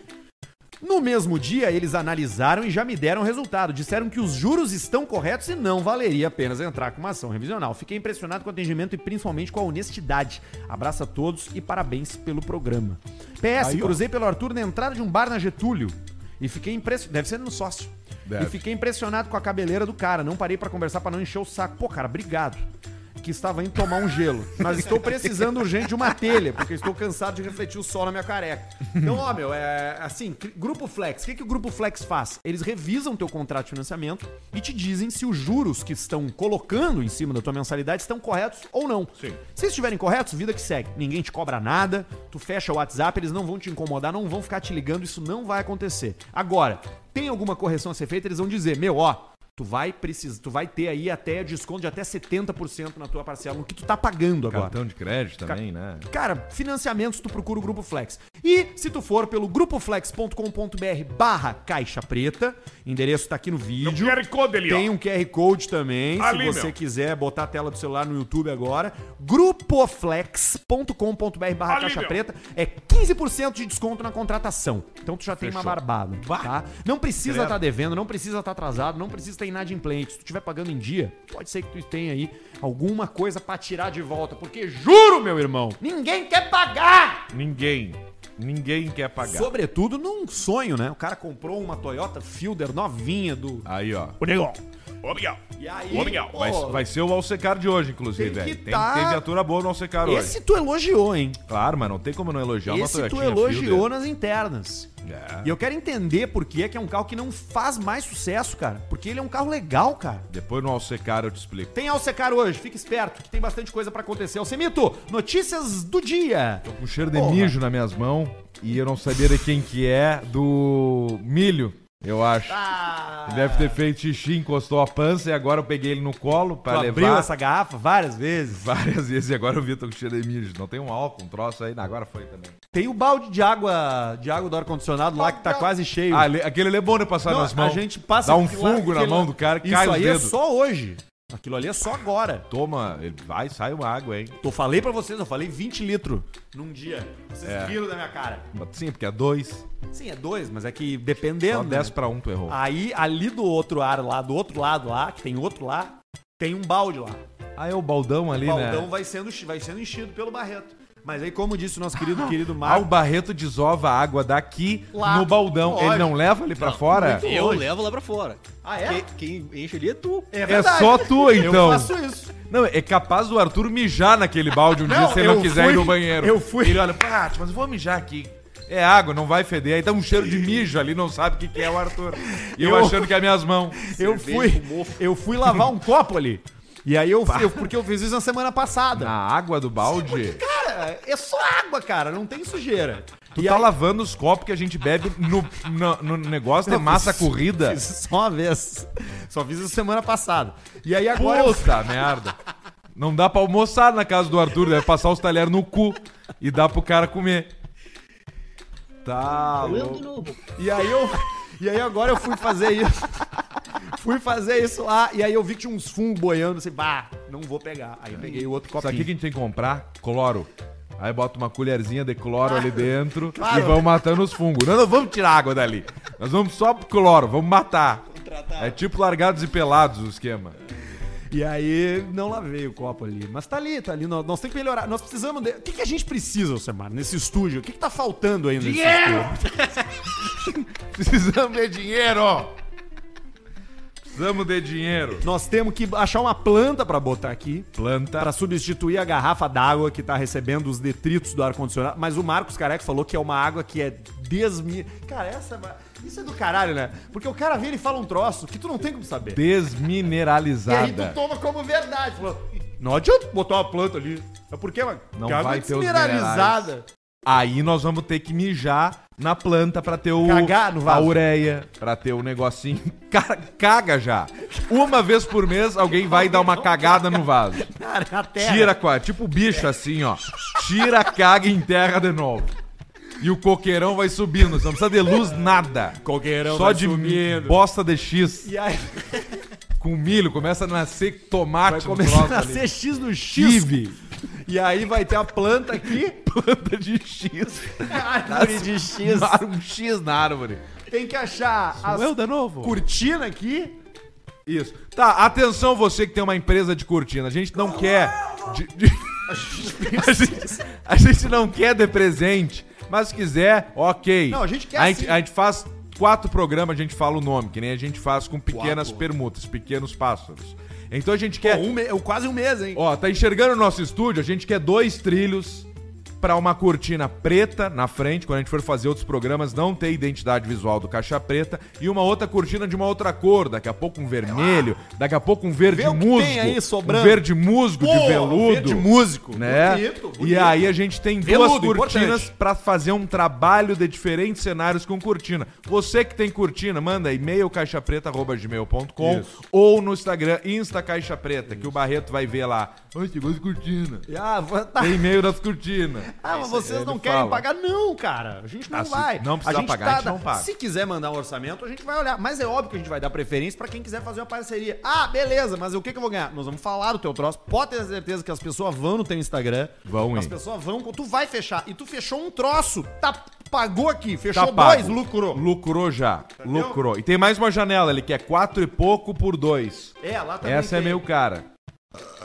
C: No mesmo dia, eles analisaram e já me deram o resultado. Disseram que os juros estão corretos e não valeria apenas entrar com uma ação revisional. Fiquei impressionado com o atendimento e principalmente com a honestidade. Abraço a todos e parabéns pelo programa. PS,
B: Aí, ó.
C: cruzei pelo Arthur na entrada de um bar na Getúlio e fiquei impressionado. Deve ser no sócio.
B: Deve.
C: E fiquei impressionado com a cabeleira do cara. Não parei pra conversar pra não encher o saco. Pô, cara, obrigado. Que estava indo tomar um gelo. Mas estou precisando urgente de uma telha, porque estou cansado de refletir o sol na minha careca. Então, ó, meu, é assim, cri- Grupo Flex. O que, que o Grupo Flex faz? Eles revisam teu contrato de financiamento e te dizem se os juros que estão colocando em cima da tua mensalidade estão corretos ou não.
B: Sim.
C: Se estiverem corretos, vida que segue. Ninguém te cobra nada, tu fecha o WhatsApp, eles não vão te incomodar, não vão ficar te ligando, isso não vai acontecer. Agora, tem alguma correção a ser feita, eles vão dizer, meu, ó, tu vai precisar, tu vai ter aí até desconto de até 70% na tua parcela, no que tu tá pagando agora.
B: Cartão de crédito também, né?
C: Cara, financiamentos tu procura o Grupo Flex. E se tu for pelo grupoflex.com.br barra caixa preta, endereço tá aqui no vídeo.
D: QR Code ali, ó.
C: Tem um QR Code também,
D: Ali,
C: se você
D: meu.
C: quiser botar a tela do celular no YouTube agora. Grupoflex.com.br barra
D: Ali,
C: caixa
D: meu.
C: preta é 15% de desconto na contratação. Então tu já tem uma barbada, tá? Não precisa estar devendo, não precisa estar atrasado, não precisa estar inadimplente. Se tu estiver pagando em dia, pode ser que tu tenha aí alguma coisa pra tirar de volta, porque juro, meu irmão, ninguém quer pagar!
B: Ninguém. Ninguém quer pagar.
C: Sobretudo num sonho, né? O cara comprou uma Toyota Fielder novinha do...
B: Aí, ó.
D: Ô, Negão. Ô, Miguel.
C: E aí,
D: Ô, Miguel,
C: pô,
B: Vai, vai ser o Alcecar de hoje, inclusive,
C: Tem que
B: velho. Tem,
C: tá-
B: tem viatura boa no Alcecar hoje.
C: esse tu elogiou, hein?
B: Claro, mas não tem como não elogiar uma
C: Esse tu
B: Toyotinha
C: elogiou né?
B: Fielder.
C: nas internas.
B: É.
C: E eu quero entender por que é que é um carro que não faz mais sucesso, cara. Porque ele é um carro legal, cara.
B: Depois no Alcecar eu te explico.
C: Tem Alcecar hoje, fica esperto, que tem bastante coisa pra acontecer. Alcemito, notícias do dia.
B: Tô com um cheiro de
C: Porra.
B: mijo nas minhas mãos e eu não sabia de quem que é, do milho, eu acho.
C: Ah,
B: Ele deve ter feito xixi, encostou a pança e agora eu peguei ele no colo
C: tu
B: pra levar.
C: abriu essa garrafa várias vezes.
B: Várias vezes e agora eu vi, tô com cheiro de mijo. Não tem um álcool, um troço aí. Não, agora foi também.
C: Tem o balde de água, de água do ar-condicionado lá que tá quase cheio.
B: Ah, ele- aquele ele é bom de passar
C: Não,
B: nas mãos.
C: a gente passa
B: Dá um
C: aquilo lá-
B: fungo na
C: aquilo
B: mão
C: lá-
B: do cara,
C: Isso
B: cai os
C: aí
B: dedos.
C: é só hoje. Aquilo ali é só agora.
B: Toma, ele vai, sai uma água, hein?
C: Eu falei pra vocês, eu falei 20 litros num dia. Vocês
B: É.
C: riram da minha cara.
B: Sim, porque é dois.
C: Sim, é dois, mas é que
B: Só
C: dependendo.
B: 10
C: né?
B: pra um tu errou.
C: Aí, ali do outro ar lá, do outro lado lá, que tem outro lá, tem um balde lá.
B: Ah, é o baldão ali,
C: O baldão
B: né?
C: vai, sendo, chi- vai sendo enchido pelo Barreto. Mas aí, como disse o nosso querido querido
B: Ah, o
C: Marco,
B: Barreto desova a água daqui
C: Lá.
B: no baldão. Ele não leva ali pra fora?
C: muito.
E: Eu
C: Hoje.
E: levo lá pra fora.
C: Ah, é?
E: Quem, quem enche ali é tu.
C: é,
B: É
C: verdade.
B: só tu, então.
C: Eu faço isso.
B: Não, é capaz do Arthur mijar naquele balde um dia se ele não
C: eu
B: quiser
C: fui-
B: ir no banheiro.
C: eu fui.
B: Ele olha, Paty, mas eu vou mijar aqui. É água, não vai feder. Aí tá um cheiro de mijo ali, não sabe o que, que é o Arthur. E eu,
C: Eu-
B: achando que é minhas mãos.
C: Eu fui, eu fui lavar um copo ali. E aí eu, eu porque eu fiz isso na semana passada.
B: Na água do balde,
C: Cara, é só água, cara, não tem sujeira.
B: tu
C: E
B: tá
C: aí-
B: lavando os copos que a gente bebe no, no, no negócio de massa corrida.
C: Fiz isso só uma vez. Só fiz isso semana passada. E aí agora. eu-
B: Puta merda. Não dá pra almoçar na casa do Arthur, deve passar os talheres no cu e dá pro cara comer. Tá
E: Eu de
B: louco.
E: novo.
C: E aí eu. E aí agora eu fui fazer isso. fui fazer isso lá. E aí eu vi que tinha uns fungos boiando, assim, bah, não vou pegar. Aí eu peguei o outro
B: Isso
C: copinho.
B: aqui que a gente tem que comprar, cloro. Aí bota uma colherzinha de cloro ali dentro
C: Claro.
B: e vão matando os fungos. Não, não, vamos tirar a água dali. Nós vamos só pro cloro, vamos matar. É tipo largados e pelados o esquema.
C: E aí não lavei o copo ali. Mas tá ali, tá ali. Nós, nós temos que melhorar. Nós precisamos. de- O que, que a gente precisa, Alcemar, nesse estúdio? O que, que tá faltando ainda? nesse estúdio?
B: Precisamos de dinheiro! Precisamos de dinheiro.
C: Nós temos que achar uma planta pra botar aqui.
B: Planta.
C: Pra substituir a garrafa d'água que tá recebendo os detritos do ar-condicionado. Mas o Marcos Careca falou que é uma água que é desmi... Cara, essa... Isso é do caralho, né? Porque o cara vem e fala um troço que tu não tem como saber. E aí tu
B: Desmineralizada.
C: toma como verdade. Falou, não adianta botar uma planta ali. É porque, mano,
B: Não
C: que água
B: vai ter os
C: desmineralizada.
B: Aí nós vamos ter que mijar na planta pra ter o
C: Cagar no
B: a
C: vaso.
B: ureia, pra ter o negocinho. Cara, caga já. Uma vez por mês alguém vai dar uma cagada no vaso.
C: Cara, na terra.
B: Tira, qua- tipo bicho assim, ó. Tira, caga e enterra de novo. E o coqueirão vai subindo. Não precisa de luz, nada.
C: Coqueirão
B: Só
C: vai
B: de
C: subindo.
B: bosta de X.
C: E aí
B: Com milho, começa a nascer
C: vai
B: tomate um
C: começar a
B: troço ali.
C: nascer X no X.
B: Tive.
C: E aí vai ter a planta aqui.
B: Planta de X.
C: árvore de X.
B: Um X na árvore. é
C: Tem que achar as
B: de novo?
C: cortinas aqui.
B: Isso. Tá, atenção você que tem uma empresa de cortina. A gente não quer. de- de- a, gente, a gente não quer de presente. Mas se quiser, ok.
C: Não, a gente quer
B: A
C: sim.
B: gente, a gente faz quatro programas, a gente fala o nome, que nem a gente faz com pequenas permutas, pequenos pássaros. Então a gente quer.
C: um me- Quase um mês, hein?
B: Ó, tá enxergando o nosso estúdio? A gente quer dois trilhos pra uma cortina preta na frente, quando a gente for fazer outros programas, não ter identidade visual do caixa preta, e uma outra cortina de uma outra cor, daqui a pouco um vermelho, daqui a pouco um verde
C: Vê o que
B: musgo,
C: tem aí sobrando.
B: um verde musgo de veludo,
C: De músico.
B: né?
C: Bonito,
B: E
C: bonito.
B: aí a gente tem duas
C: Veludo,
B: cortinas
C: importante.
B: pra fazer um trabalho de diferentes cenários com cortina. Você que tem cortina, manda e-mail caixapreta@gmail.com ou no Instagram Insta Caixa Preta, que o Barreto vai ver lá. Oi, chegou de cortina.
C: E, Ah, vou- tá.
B: Tem e-mail das cortinas.
C: Ah, mas vocês
B: Ele
C: não querem
B: fala.
C: pagar? Não, cara. A gente não
B: Ah, se
C: vai.
B: não precisar
C: a gente tá
B: pagar, a gente não paga.
C: Se quiser mandar um orçamento, a gente vai olhar. Mas é óbvio que a gente vai dar preferência pra quem quiser fazer uma parceria. Ah, beleza, mas o que, que eu vou ganhar? Nós vamos falar do teu troço. Pode ter certeza que as pessoas vão no teu Instagram.
B: Vão,
C: As
B: hein?
C: pessoas vão. Tu vai fechar. E tu fechou um troço. Tá, pagou aqui.
B: Tá
C: Fechou
B: pago.
C: dois, lucrou.
B: Lucrou já. Lucrou. E tem mais uma janela, ele quer quatro e pouco por dois.
C: É, lá também
B: Essa é
C: tem.
B: meio cara.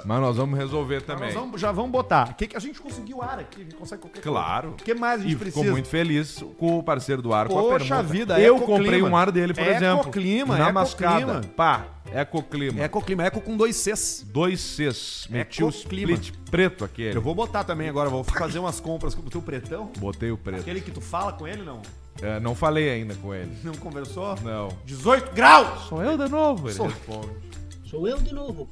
B: Mas nós vamos resolver também.
C: Nós vamos- já vamos botar. O que, que a gente conseguiu ar aqui? A gente consegue qualquer coisa.
B: Claro.
C: O que mais a gente
B: E
C: precisa?
B: ficou muito feliz com o parceiro do ar, com a
C: Poxa
B: permuta.
C: vida,
B: Eu
C: Ecoclima. É
B: comprei um ar dele, por exemplo.
C: Ecoclima, É
B: Na
C: Ecoclima.
B: mascada. Pá, Ecoclima.
C: Ecoclima, eco com dois Cs.
B: Dois Cs. Meti o
C: Ecoclima.
B: split preto aquele.
C: Eu vou botar também agora, vou fazer umas compras com o teu pretão.
B: Botei o preto.
C: Aquele que tu fala com ele, não?
B: É, não falei ainda com ele.
C: Não conversou?
B: Não.
C: 18 graus!
B: Sou eu de novo, ele
C: Sou-
B: responde.
E: Sou eu de novo.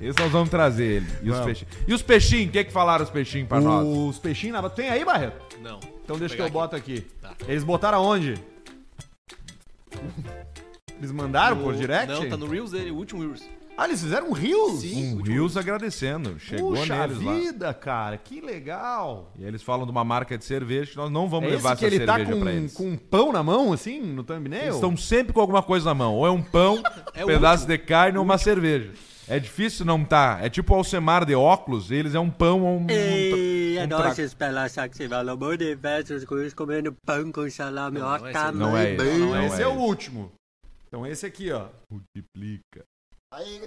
B: Esse nós vamos trazer ele. E os peixinhos. E os peixinhos? O que, que falaram os peixinhos pra nós?
C: Os peixinhos na... Tem aí, Barreto?
E: Não.
C: Então deixa que
E: Vou
C: eu
E: pegar
C: boto
E: Tá.
C: aqui. Eles botaram aonde? Eles mandaram por
E: O-
C: direct?
E: Não, tá no Reels dele, o último Reels.
C: Ah, eles fizeram um Reels?
E: Sim.
B: Um Rios agradecendo. Chegou
C: Puxa
B: neles lá.
C: vida, cara, que legal.
B: E eles falam de uma marca de cerveja que nós não vamos
C: É
B: levar
C: esse que
B: essa
C: ele tá
B: cerveja pra
C: com,
B: eles.
C: com um pão na mão, assim, no thumbnail?
B: Eles estão sempre com alguma coisa na mão. Ou é um pão,
E: É
B: um
E: o
B: pedaço de carne ou uma cerveja. É difícil não tá. É tipo o Alcemar de óculos, eles é um pão ou um. um tra-
D: E
B: um
D: a
B: trago.
D: nossa espelhaça que se fala, amor de versos com isso, comendo pão com salame, ó,
E: não é esse,
B: não é
D: tamanho
B: esse, não
D: bem.
C: Esse é,
B: é
C: o
B: esse.
C: último. Então esse aqui, ó.
B: Multiplica.
F: Aí,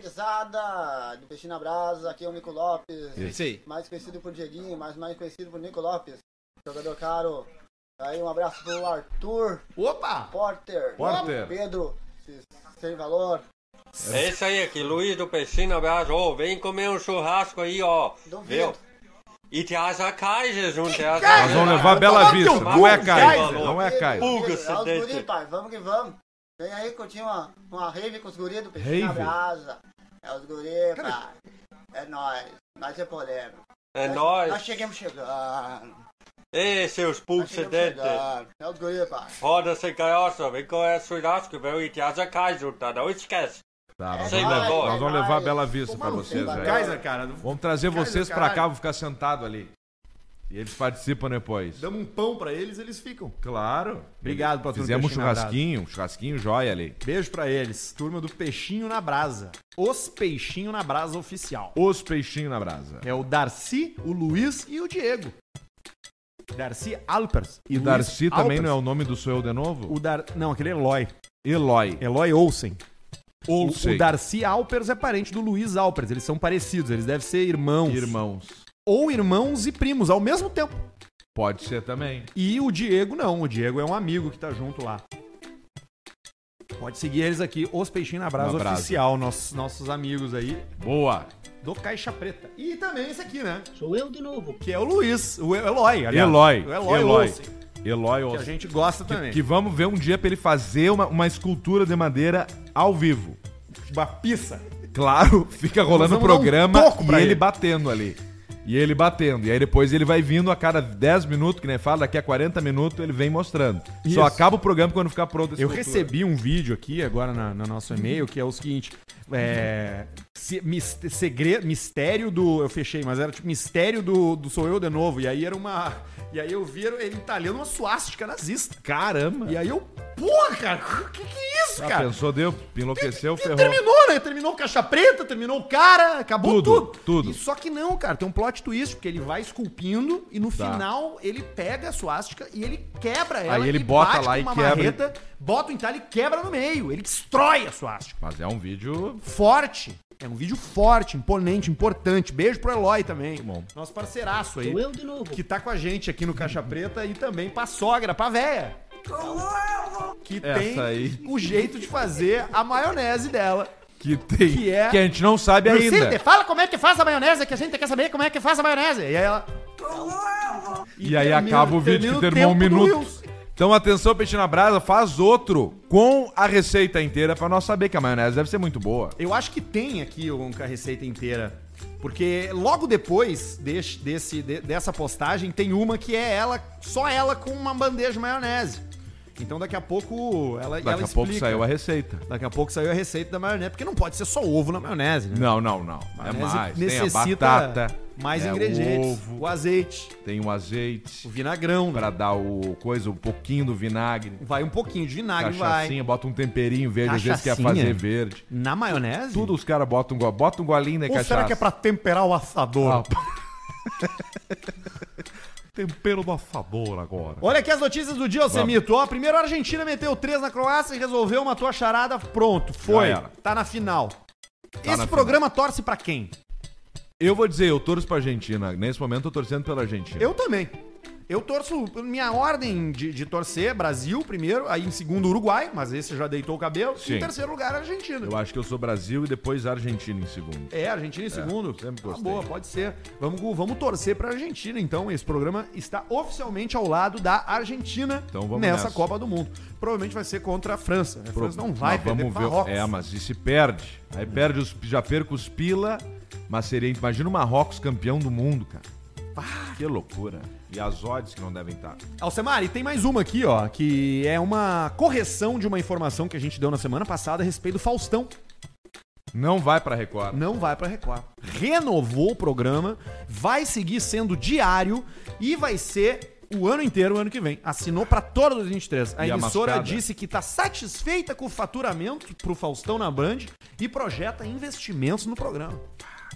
F: gurizada, de Peixinho na Brasa, aqui é o Nico Lopes,
E: É isso aí.
F: mais conhecido por Dieguinho, mas mais conhecido por Nico Lopes, jogador caro. Aí, um abraço pro Arthur,
C: Opa!
F: Porter,
B: Porter.
F: Pedro, se- sem valor,
D: É isso aí, aqui, Luiz do Peixinho Abraço, ô, vem comer um churrasco aí, ó.
F: Duvido.
D: E te acha Kaiser junto, te acha
B: Nós vamos levar a Bela
C: tomar
B: Vista.
C: teu
B: Não é
C: cu,
B: Kaiser.
D: Kaiser.
B: Não é Kaiser.
D: Puga,
F: Pedro, é os
D: sedente.
F: guri, pai, vamos que vamos. Vem aí curtir uma, uma rave com os guris do Peixinho na
B: Rave?
F: Brasa. É os guri, pai, é nóis, nós é polêmico.
D: É
F: Nós- Nós
D: nóis.
F: chegamos chegando,
D: Ei, seus
F: nós
D: pulsos
F: chegamos
D: dentes.
F: chegando, é os guri, pai.
D: Roda-se, gaiosa, vem comer churrasco, velho, e te acha Kaiser junto, tá? não esquece.
B: Tá, nós
D: Sei
B: vamos,
E: é
D: lá,
B: levar-
D: agora.
B: nós vamos levar a Bela Vista
F: Tomar
B: pra
F: no cu,
B: vocês.
F: vai.
B: velho.
C: Kaiser, cara,
B: Vamos trazer
C: Kaiser,
B: vocês pra
C: caralho.
B: cá, vou ficar sentado ali. E eles participam depois.
C: damos um pão pra eles, eles ficam.
B: Claro.
C: Obrigado, patrão.
B: Fizemos um
C: Peixinho na brasa.
B: churrasquinho, um churrasquinho joia ali.
C: Beijo pra eles. Turma do Peixinho na Brasa. Os Peixinho na Brasa oficial.
B: Os peixinhos na brasa.
C: É o Darcy, o Luiz e o Diego. Darcy Alpers.
B: E Darcy é também não é o nome do Sou Eu de Novo?
C: o Dar... Não, aquele é Eloy.
B: Eloy.
C: Eloy Olsen.
B: Ou
C: O,
B: sei.
C: o Darcy Alpers é parente do Luiz Alpers. Eles são parecidos, eles devem ser irmãos.
B: Irmãos.
C: Ou irmãos e primos ao mesmo tempo.
B: Pode ser também.
C: E o Diego não, o Diego é um amigo que tá junto lá. Pode seguir eles aqui, os Peixinhos na Brasa
B: Na Brasa.
C: Oficial, nossos, nossos amigos aí
B: Boa.
C: do Caixa Preta. E também esse aqui, né?
E: Sou eu de novo.
C: Que é o Luiz, o Eloy, aliás.
B: Eloy.
C: O Eloy,
B: Eloy.
C: Olsen,
B: Eloy
C: que a
B: Olsen.
C: gente gosta também.
B: Que vamos ver um dia pra ele fazer uma, uma escultura de madeira ao vivo.
C: uma pizza.
B: Claro, fica rolando o
C: Nós vamos dar um
B: programa
C: toco
B: e
C: pra
B: ele,
C: ele.
B: batendo ali. E ele batendo. E aí depois ele vai vindo a cada 10 minutos, que nem fala, daqui a 40 minutos ele vem mostrando.
C: Isso.
B: Só acaba o programa quando ficar pronto a
C: Eu
B: escultura.
C: recebi um vídeo aqui agora na- no nosso e-mail que é o seguinte: é, se- mis- segre- mistério do. Eu fechei, mas era tipo mistério do, do Sou Eu de novo. E aí era uma. E aí eu vi ele talhando uma suástica nazista.
B: Caramba!
C: E aí eu. Porra, cara, o que, que é isso,
B: Ah,
C: cara?
B: pensou, deu, enlouqueceu,
C: E
B: ferrou.
C: terminou, né? Terminou o caixa preta, terminou o cara, acabou
B: Tudo,
C: tudo.
B: tudo.
C: E só que não, cara, tem um plot twist, porque ele vai esculpindo e no
B: Tá.
C: final ele pega a suástica e ele quebra ela.
B: Aí ele
C: e
B: bota
C: bate
B: lá
C: com
B: e
C: uma
B: quebra.
C: Marreta, bota o entalhe e quebra no meio. Ele destrói a suástica.
B: Mas é um vídeo
C: Forte. É um vídeo forte, imponente, importante. Beijo pro Eloy também.
B: bom.
C: Nosso parceiraço aí.
E: Sou eu de novo.
C: Que tá com a gente aqui no Caixa Preta e também pra sogra, pra véia. Que
B: Essa
C: tem
B: aí.
C: o jeito de fazer a maionese dela.
B: que tem. Que,
C: Que é-
B: a gente não sabe
C: Lucilde,
B: ainda.
C: fala como é que faz a maionese, que a gente quer saber como é que faz a maionese. E aí ela.
B: E aí acaba o vídeo que
C: termina
B: terminou
C: o
B: um
C: tempo do
B: minuto.
C: Wilson.
B: Então atenção, Peixe na Brasa, faz outro com a receita inteira pra nós saber que a maionese deve ser muito boa.
C: Eu acho que tem aqui a receita inteira. Porque logo depois deste- desse, de- dessa postagem tem uma que é ela, só ela com uma bandeja de maionese. Então daqui a pouco ela
B: Daqui a
C: ela
B: pouco
C: explica.
B: saiu a receita.
C: Daqui a pouco saiu a receita da maionese, porque não pode ser só ovo na maionese, né?
B: Não, não, não. É
C: Maionese
B: mais. tem a
C: necessita
B: batata,
C: mais
B: é
C: ingredientes,
B: O ovo,
C: o azeite,
B: tem o
C: o
B: azeite
C: vinagrão, né?
B: pra dar o coisa, um pouquinho do vinagre,
C: vai um pouquinho de vinagre, vai.
B: cachaçinha, bota um temperinho verde, às vezes quer
C: Cachaçinha?
B: fazer verde.
C: Na maionese?
B: Tudo os caras botam um go... bota um golinho na
C: Ou
B: cachaça.
C: será que é pra temperar o assador?
B: Tempero do favor agora.
C: Olha aqui as notícias do dia, Alcemito. Ó, primeiro a Argentina meteu 3 na Croácia e resolveu, matou a charada, pronto, foi.
B: Já era.
C: Tá na final.
B: na
C: Esse programa torce pra quem?
B: Eu vou dizer, eu torço pra Argentina. Nesse momento eu tô torcendo pela Argentina.
C: Eu também. Eu torço, minha ordem de, de torcer, Brasil primeiro, aí em segundo Uruguai, mas esse já deitou o cabelo,
B: Sim.
C: e em terceiro lugar Argentina.
B: Eu acho que eu sou Brasil e depois Argentina em segundo.
C: É, Argentina em segundo.
B: sempre
C: Tá
B: gostei.
C: boa, pode ser. Vamos, vamos torcer pra Argentina, então. Esse programa está oficialmente ao lado da Argentina
B: Então vamos
C: nessa,
B: nessa.
C: Copa do Mundo. Provavelmente vai ser contra a França. né? A França não vai
B: Mas
C: perder
B: vamos
C: pro
B: ver.
C: Marrocos.
B: É, mas e se perde? Aí perde os. Já perco os pila, mas seria. Imagina o Marrocos campeão do mundo, cara. Que loucura. E as odds que não devem estar.
C: Alcemar, e tem mais uma aqui, ó, que é uma correção de uma informação que a gente deu na semana passada a respeito do Faustão.
B: Não vai pra Record.
C: Não vai pra Record. Renovou o programa, vai seguir sendo diário e vai ser o ano inteiro, o ano que vem. Assinou pra todo 2023. A
B: E a
C: emissora
B: mascada?
C: disse que tá satisfeita com o faturamento pro Faustão na Band e projeta investimentos no programa.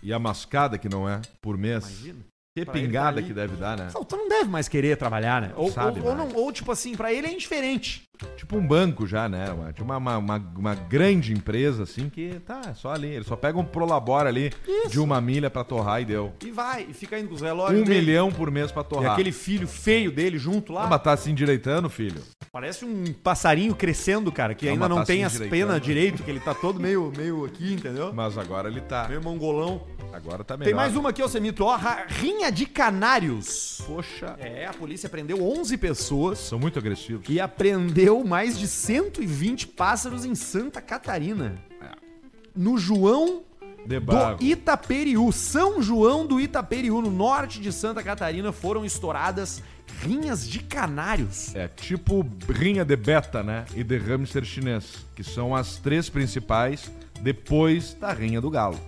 B: E a mascada que não é por mês.
C: Imagina.
B: Que
C: Pra ele
B: pingada
C: tá ali.
B: que deve dar, né?
C: Faustão não deve mais querer trabalhar, né? Ou,
B: Sabe
C: ou- ou
B: mais.
C: não- ou, tipo assim, pra ele é indiferente.
B: Tipo um banco já, né? Uma, tipo uma, uma, uma, uma grande empresa, assim, que tá só ali. Eles só pegam um prolabora ali de uma milha pra torrar e deu.
C: E vai, e fica indo com os relógios
B: Um
C: dele.
B: milhão por mês pra
C: E
B: torrar.
C: aquele filho feio dele junto lá.
B: Ah, mas tá se endireitando, filho.
C: Parece um passarinho crescendo, cara, que
B: Não,
C: ainda
B: mas
C: não
B: tá
C: tem
B: se
C: as
B: endireitando.
C: penas direito, que ele tá todo meio, meio aqui, entendeu?
B: Mas agora ele tá.
C: Meio mongolão.
B: Agora tá melhor.
C: Tem mais um- uma aqui, Alcemito. Ó, ra- rinha de canários.
B: Poxa.
C: É, a polícia prendeu 11 pessoas
B: São muito agressivos.
C: e apreendeu mais de 120 pássaros em Santa Catarina.
B: É.
C: No João
B: De
C: do Itaperiú. São João do Itaperiú, no norte de Santa Catarina, foram estouradas rinhas de canários.
B: É tipo rinha de beta, né? E de hamster chinês, que são as três principais depois da rinha do galo.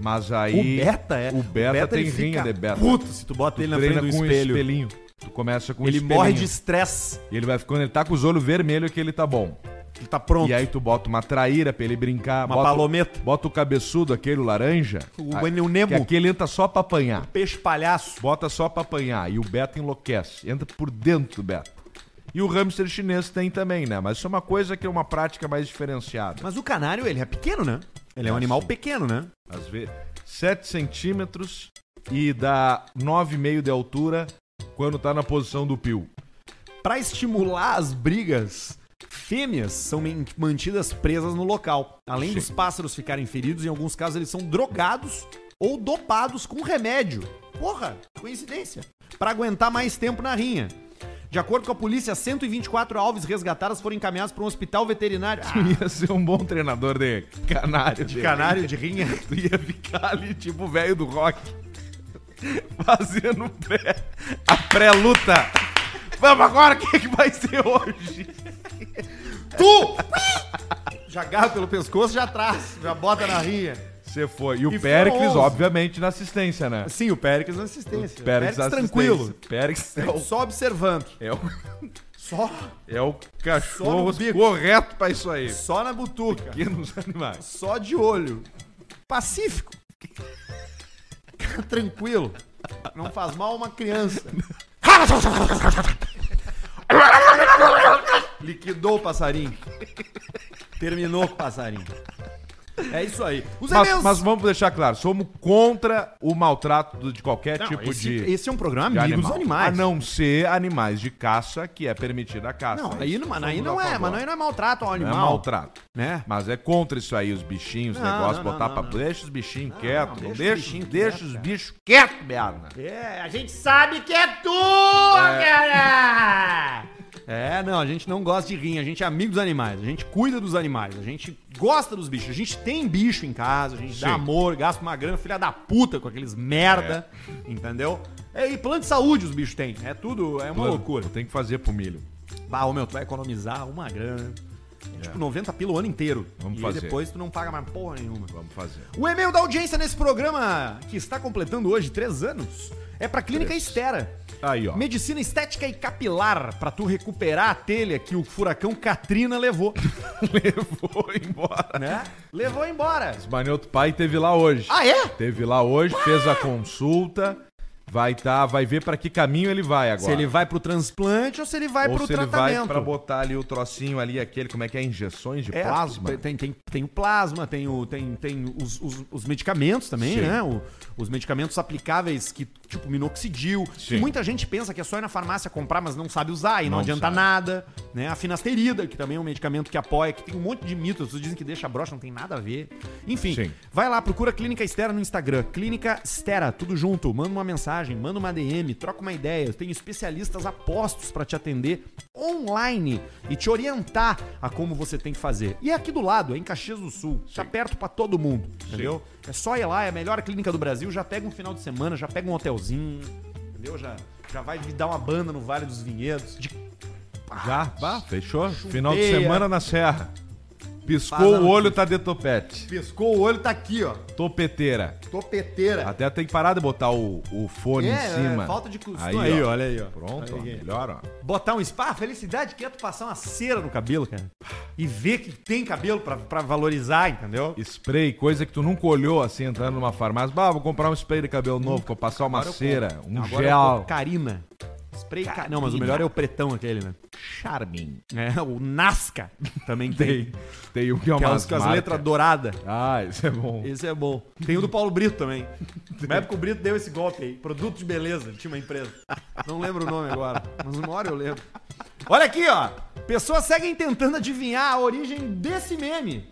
B: Mas aí.
C: O beta é.
B: O beta, tem
C: ele
B: rinha
C: fica
B: de beta.
C: Puto, se tu bota ele na frente
B: treina
C: do
B: com um
C: espelho.
B: espelhinho. Tu começa com um
C: Ele
B: espelhinho.
C: morre de estresse.
B: E ele vai ficando, ele tá com os olhos vermelhos que ele tá bom.
C: Ele tá pronto.
B: E aí tu bota uma traíra pra ele brincar.
C: Uma
B: bota,
C: palometa.
B: Bota o cabeçudo, aquele o laranja.
C: O
B: a-
C: Enel Nemo.
B: Que aquele entra só pra apanhar.
C: Peixe palhaço.
B: Bota só pra apanhar. E o Beto enlouquece. Entra por dentro do Beto. E o hamster chinês tem também, né? Mas isso é uma coisa que é uma prática mais diferenciada.
C: Mas o canário, ele é pequeno, né? Ele é um animal pequeno, né?
B: Às vezes, 7 centímetros e dá 9,5 de altura quando tá na posição do pio.
C: Pra estimular as brigas, fêmeas são men- mantidas presas no local. Além dos pássaros ficarem feridos, em alguns casos eles são drogados ou dopados com remédio. Porra, coincidência. Pra aguentar mais tempo na rinha. De acordo com a polícia, 124 alves resgatadas foram encaminhados para um hospital veterinário.
B: Tu ia ser um bom treinador de canário. De
C: canário de rinha.
B: Tu ia ficar ali tipo o velho do rock. Fazendo pré- a pré-luta. Vamos agora, o que, é que vai ser hoje?
C: Já agarra pelo pescoço, já traz, já bota na rinha.
B: Você foi. E o
C: E
B: Péricles,
C: foram onze.
B: obviamente, na assistência, né?
C: Sim, o Péricles na assistência.
B: Péricles,
C: Péricles
B: assistência.
C: tranquilo.
B: Péricles é o,
C: Só observando.
B: é o,
C: Só,
B: é o cachorro
C: bico.
B: correto pra isso aí.
C: só na butuca.
B: Pequenos animais.
C: Só de olho. Pacífico. Tranquilo. Não faz mal a uma criança. Liquidou o passarinho. Terminou com o passarinho. É isso aí. Os
B: Mas,
C: e-mails-
B: mas vamos deixar claro, somos contra o maltrato do- de qualquer
C: Não,
B: tipo
C: esse,
B: de...
C: esse é um programa
B: de
C: amigo dos
B: animal.
C: animais.
B: A não ser animais de caça, que é permitida a caça.
C: Não, aí, não- mas aí não é, mas
B: mano.
C: aí não é maltrato ao
B: Não
C: animal.
B: é maltrato.
C: Né?
B: Mas é contra isso aí, os bichinhos, os
C: Não,
B: negócios,
C: não, não,
B: botar
C: não,
B: pra.
C: não.
B: Deixa os bichinhos quietos,
C: não,
B: não,
C: deixa os
B: deixa,
C: bichinhos
B: deixa
C: quietos,
B: os bichos quietos, Berna.
C: É, a gente sabe que é tua, cara! É, não, a gente não gosta de rim, a gente é amigo dos animais, a gente cuida dos animais, a gente gosta dos bichos, a gente tem bicho em casa, a gente dá
B: Sim.
C: amor, gasta uma grana, filha da puta com aqueles merda, entendeu? É, e plano de saúde os bichos têm, é tudo, é uma loucura.
B: Tem que fazer pro milho.
C: Bah, ô meu, tu vai economizar uma grana, tipo 90 pila o ano inteiro.
B: Vamos
C: e
B: fazer.
C: aí depois tu não paga mais porra nenhuma.
B: Vamos fazer.
C: O e-mail da audiência nesse programa, que está completando hoje três anos, é para Clínica Estera.
B: Aí, ó.
C: Medicina estética e capilar para tu recuperar a telha que o furacão Katrina levou,
B: Levou embora.
C: né? levou embora.
B: Manioto Pai teve lá hoje.
C: Ah, é?
B: Teve lá hoje, fez a consulta. Vai tá, vai ver pra que caminho ele vai agora.
C: Se ele vai pro transplante ou se ele vai
B: Ou
C: pro
B: se ele vai
C: tratamento.
B: pra botar ali o trocinho ali, aquele, como é que é? Injeções de
C: É,
B: plasma?
C: Tem, tem, tem o plasma, tem, o, tem, tem os, os- os medicamentos também,
B: Sim.
C: né? O- os medicamentos aplicáveis que, tipo, minoxidil.
B: Sim.
C: Que muita gente pensa que é só ir na farmácia comprar, mas não sabe usar e não,
B: Não
C: adianta
B: sabe.
C: nada. Né? A finasterida, que também é um medicamento que apoia, que tem um monte de mitos. As pessoas dizem que deixa broxa, não tem nada a ver. Enfim,
B: Sim.
C: vai lá, procura Clínica Estera no Instagram. Clínica Estera, tudo junto. Manda uma mensagem, manda uma DM, troca uma ideia. Tem especialistas apostos pra te atender online e te orientar a como você tem que fazer. E é aqui do lado, é em Caxias do Sul. Tá perto pra todo mundo, entendeu? É só ir lá, é a melhor clínica do Brasil. Já pega um final de semana, já pega um hotelzinho, entendeu? Já, já vai dar uma banda no Vale dos Vinhedos. De
B: Já? Bah, fechou? Final de
C: Chuteia.
B: semana na serra. Piscou
C: Fala,
B: o olho, tá de topete.
C: pescou o olho, tá aqui, ó.
B: Topeteira.
C: Topeteira.
B: Até tem que parar de botar o, o fone
C: É,
B: em cima.
C: é, falta de costume.
B: Aí,
C: Aí,
B: ó.
C: olha aí, ó.
B: Pronto, ó,
C: Aí.
B: melhor, ó.
C: Botar um spa, felicidade que é tu passar uma cera no cabelo, cara. E ver que tem cabelo pra, pra valorizar, entendeu?
B: Spray, coisa que tu nunca olhou assim, entrando numa farmácia. Bah, vou comprar um spray de cabelo novo, vou passar uma cera, um
C: eu
B: gel.
C: vou Carina. Spray ca- Não, mas o melhor é o pretão aquele, né?
B: Charmin.
C: É, o Nasca também tem.
B: Tem, tem o que é
C: Que é
B: uma
C: os com as letras douradas.
B: Ah, isso é bom.
C: Esse é bom. Tem o do Paulo Brito também. Na época o Brito deu esse golpe aí. Produto de beleza. Ele tinha uma empresa. Não lembro o nome agora, mas uma hora eu lembro. Olha aqui, ó. Pessoas seguem tentando adivinhar a origem desse meme.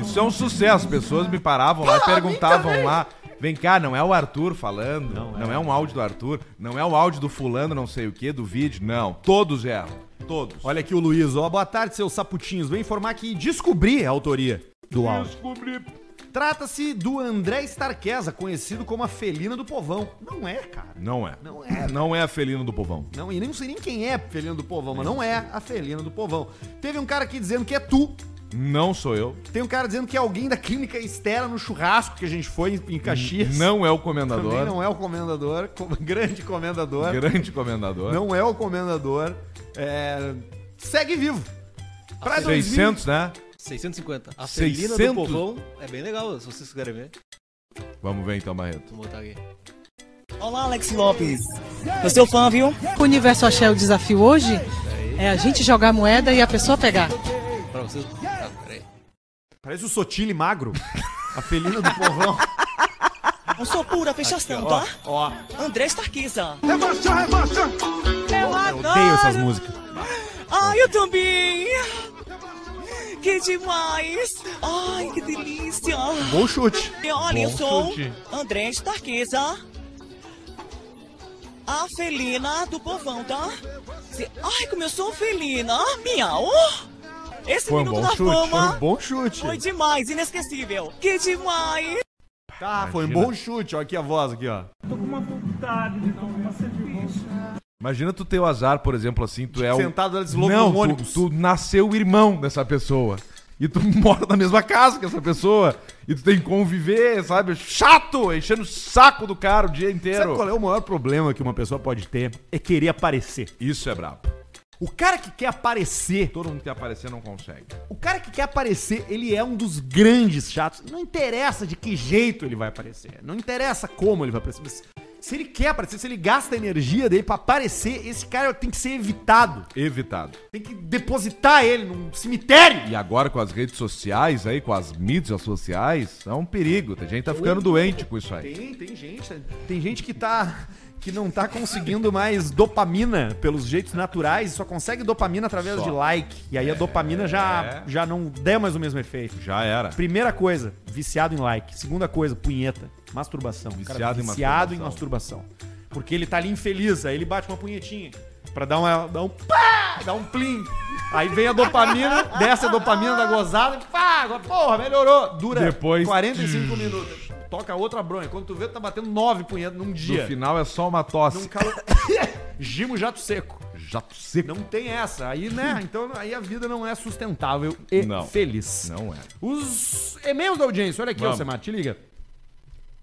B: Isso é um sucesso. Pessoas me paravam lá e
C: Pô, a mim
B: perguntavam
C: também.
B: lá. Vem cá, não é o Arthur falando. Não
C: Não
B: é.
C: é.
B: um áudio do Arthur. Não é o áudio do fulano, não sei o que, do vídeo. Não. Todos erram. Todos.
C: Olha aqui o Luiz, ó. Boa tarde, seus saputinhos. Vem informar que descobri é a autoria do áudio.
B: Descobri.
C: Trata-se do André Starquesa, conhecido como a felina do povão. Não é, cara.
B: Não é.
C: Não é.
B: Não é a felina do povão.
C: Não, e nem sei nem quem é a felina do povão, mas não é a felina do povão. Teve um cara aqui dizendo que é tu.
B: Não sou eu.
C: Tem um cara dizendo que é alguém da clínica Estera no churrasco que a gente foi em- em Caxias.
B: Não é o
C: Também
B: comendador.
C: não é o comendador, com- grande comendador.
B: Grande comendador.
C: Não é o comendador. É, Segue vivo. Pra
B: 600, né?
E: 650. A
B: 600?
E: felina do povão é bem legal, se vocês quiserem ver.
B: Vamos ver então, Barreto.
E: Vou botar aqui.
G: Olá, Alex Lopes. Eu sou fã, viu?
H: O Universo Axé, o desafio hoje é a gente jogar moeda e a pessoa pegar.
E: Pra vocês. Ah, peraí.
C: Parece o Sotile magro. A felina do povão.
G: Não sou pura fechação, tá?
C: Ó,
G: André Starquiza. É
C: eu odeio essas músicas.
G: Ai, eu também. Que demais. Ai, que delícia.
C: Bom chute.
G: E olha, eu
B: Bom
G: sou
B: chute.
G: André Starquiza. A felina do povão, tá? Se- Ai, como eu sou felina. Miau. Esse
B: Foi um
G: Minuto
B: bom
G: da
B: chute,
G: Fama
C: Foi um bom chute.
G: foi demais, inesquecível. Que demais.
C: Tá, foi um
B: Imagina.
C: bom chute. Ó, aqui a voz, aqui, ó.
B: Imagina tu ter o azar, por exemplo, assim, tu é o.
C: Sentado, ela desloca
B: Não,
C: no
B: tu,
C: ônibus.
B: tu nasceu irmão dessa pessoa. E tu mora na mesma casa que essa pessoa. E tu tem que conviver, sabe? Chato! Enchendo o saco do cara o dia
C: Sabe
B: inteiro.
C: qual é o maior problema que uma pessoa pode ter? É querer aparecer.
B: Isso é brabo.
C: O cara que quer aparecer,
B: Todo mundo que aparecer não consegue.
C: o cara que quer aparecer, ele é um dos grandes chatos. Não interessa de que jeito ele vai aparecer. Não interessa como ele vai aparecer. Mas se ele quer aparecer, se ele gasta a energia dele pra aparecer, esse cara tem que ser evitado.
B: Evitado.
C: Tem que depositar ele num cemitério.
B: E agora com as redes sociais aí, com as mídias sociais, é um perigo. Tem gente que tá ficando doente com isso aí.
C: Tem, tem gente. né? Tem gente que tá. Que não tá conseguindo mais dopamina pelos jeitos naturais, só consegue dopamina através
B: Só.
C: de like. E aí a dopamina já, já não der mais o mesmo efeito.
B: Já era.
C: Primeira coisa, viciado em like. Segunda coisa, punheta, masturbação. O cara
B: Viciado em
C: viciado em masturbação. Porque ele tá ali infeliz, aí ele bate uma punhetinha pra dar, uma, dar um pá, dar um plim. Aí vem a dopamina, desce a dopamina da gozada, pá, agora, porra, melhorou. Dura
B: Depois-
C: 45 minutos. Toca outra bronha. Quando tu vê, tu tá batendo nove punhetas num
B: No
C: dia.
B: final é só uma tosse.
C: Num calo... Gimo jato seco.
B: Jato seco.
C: Não tem essa. Aí, né? Então aí a vida não é sustentável e
B: Não.
C: feliz.
B: Não é.
C: Os e-mails da audiência, olha aqui,
B: Vamos.
C: ó, Semar, te liga.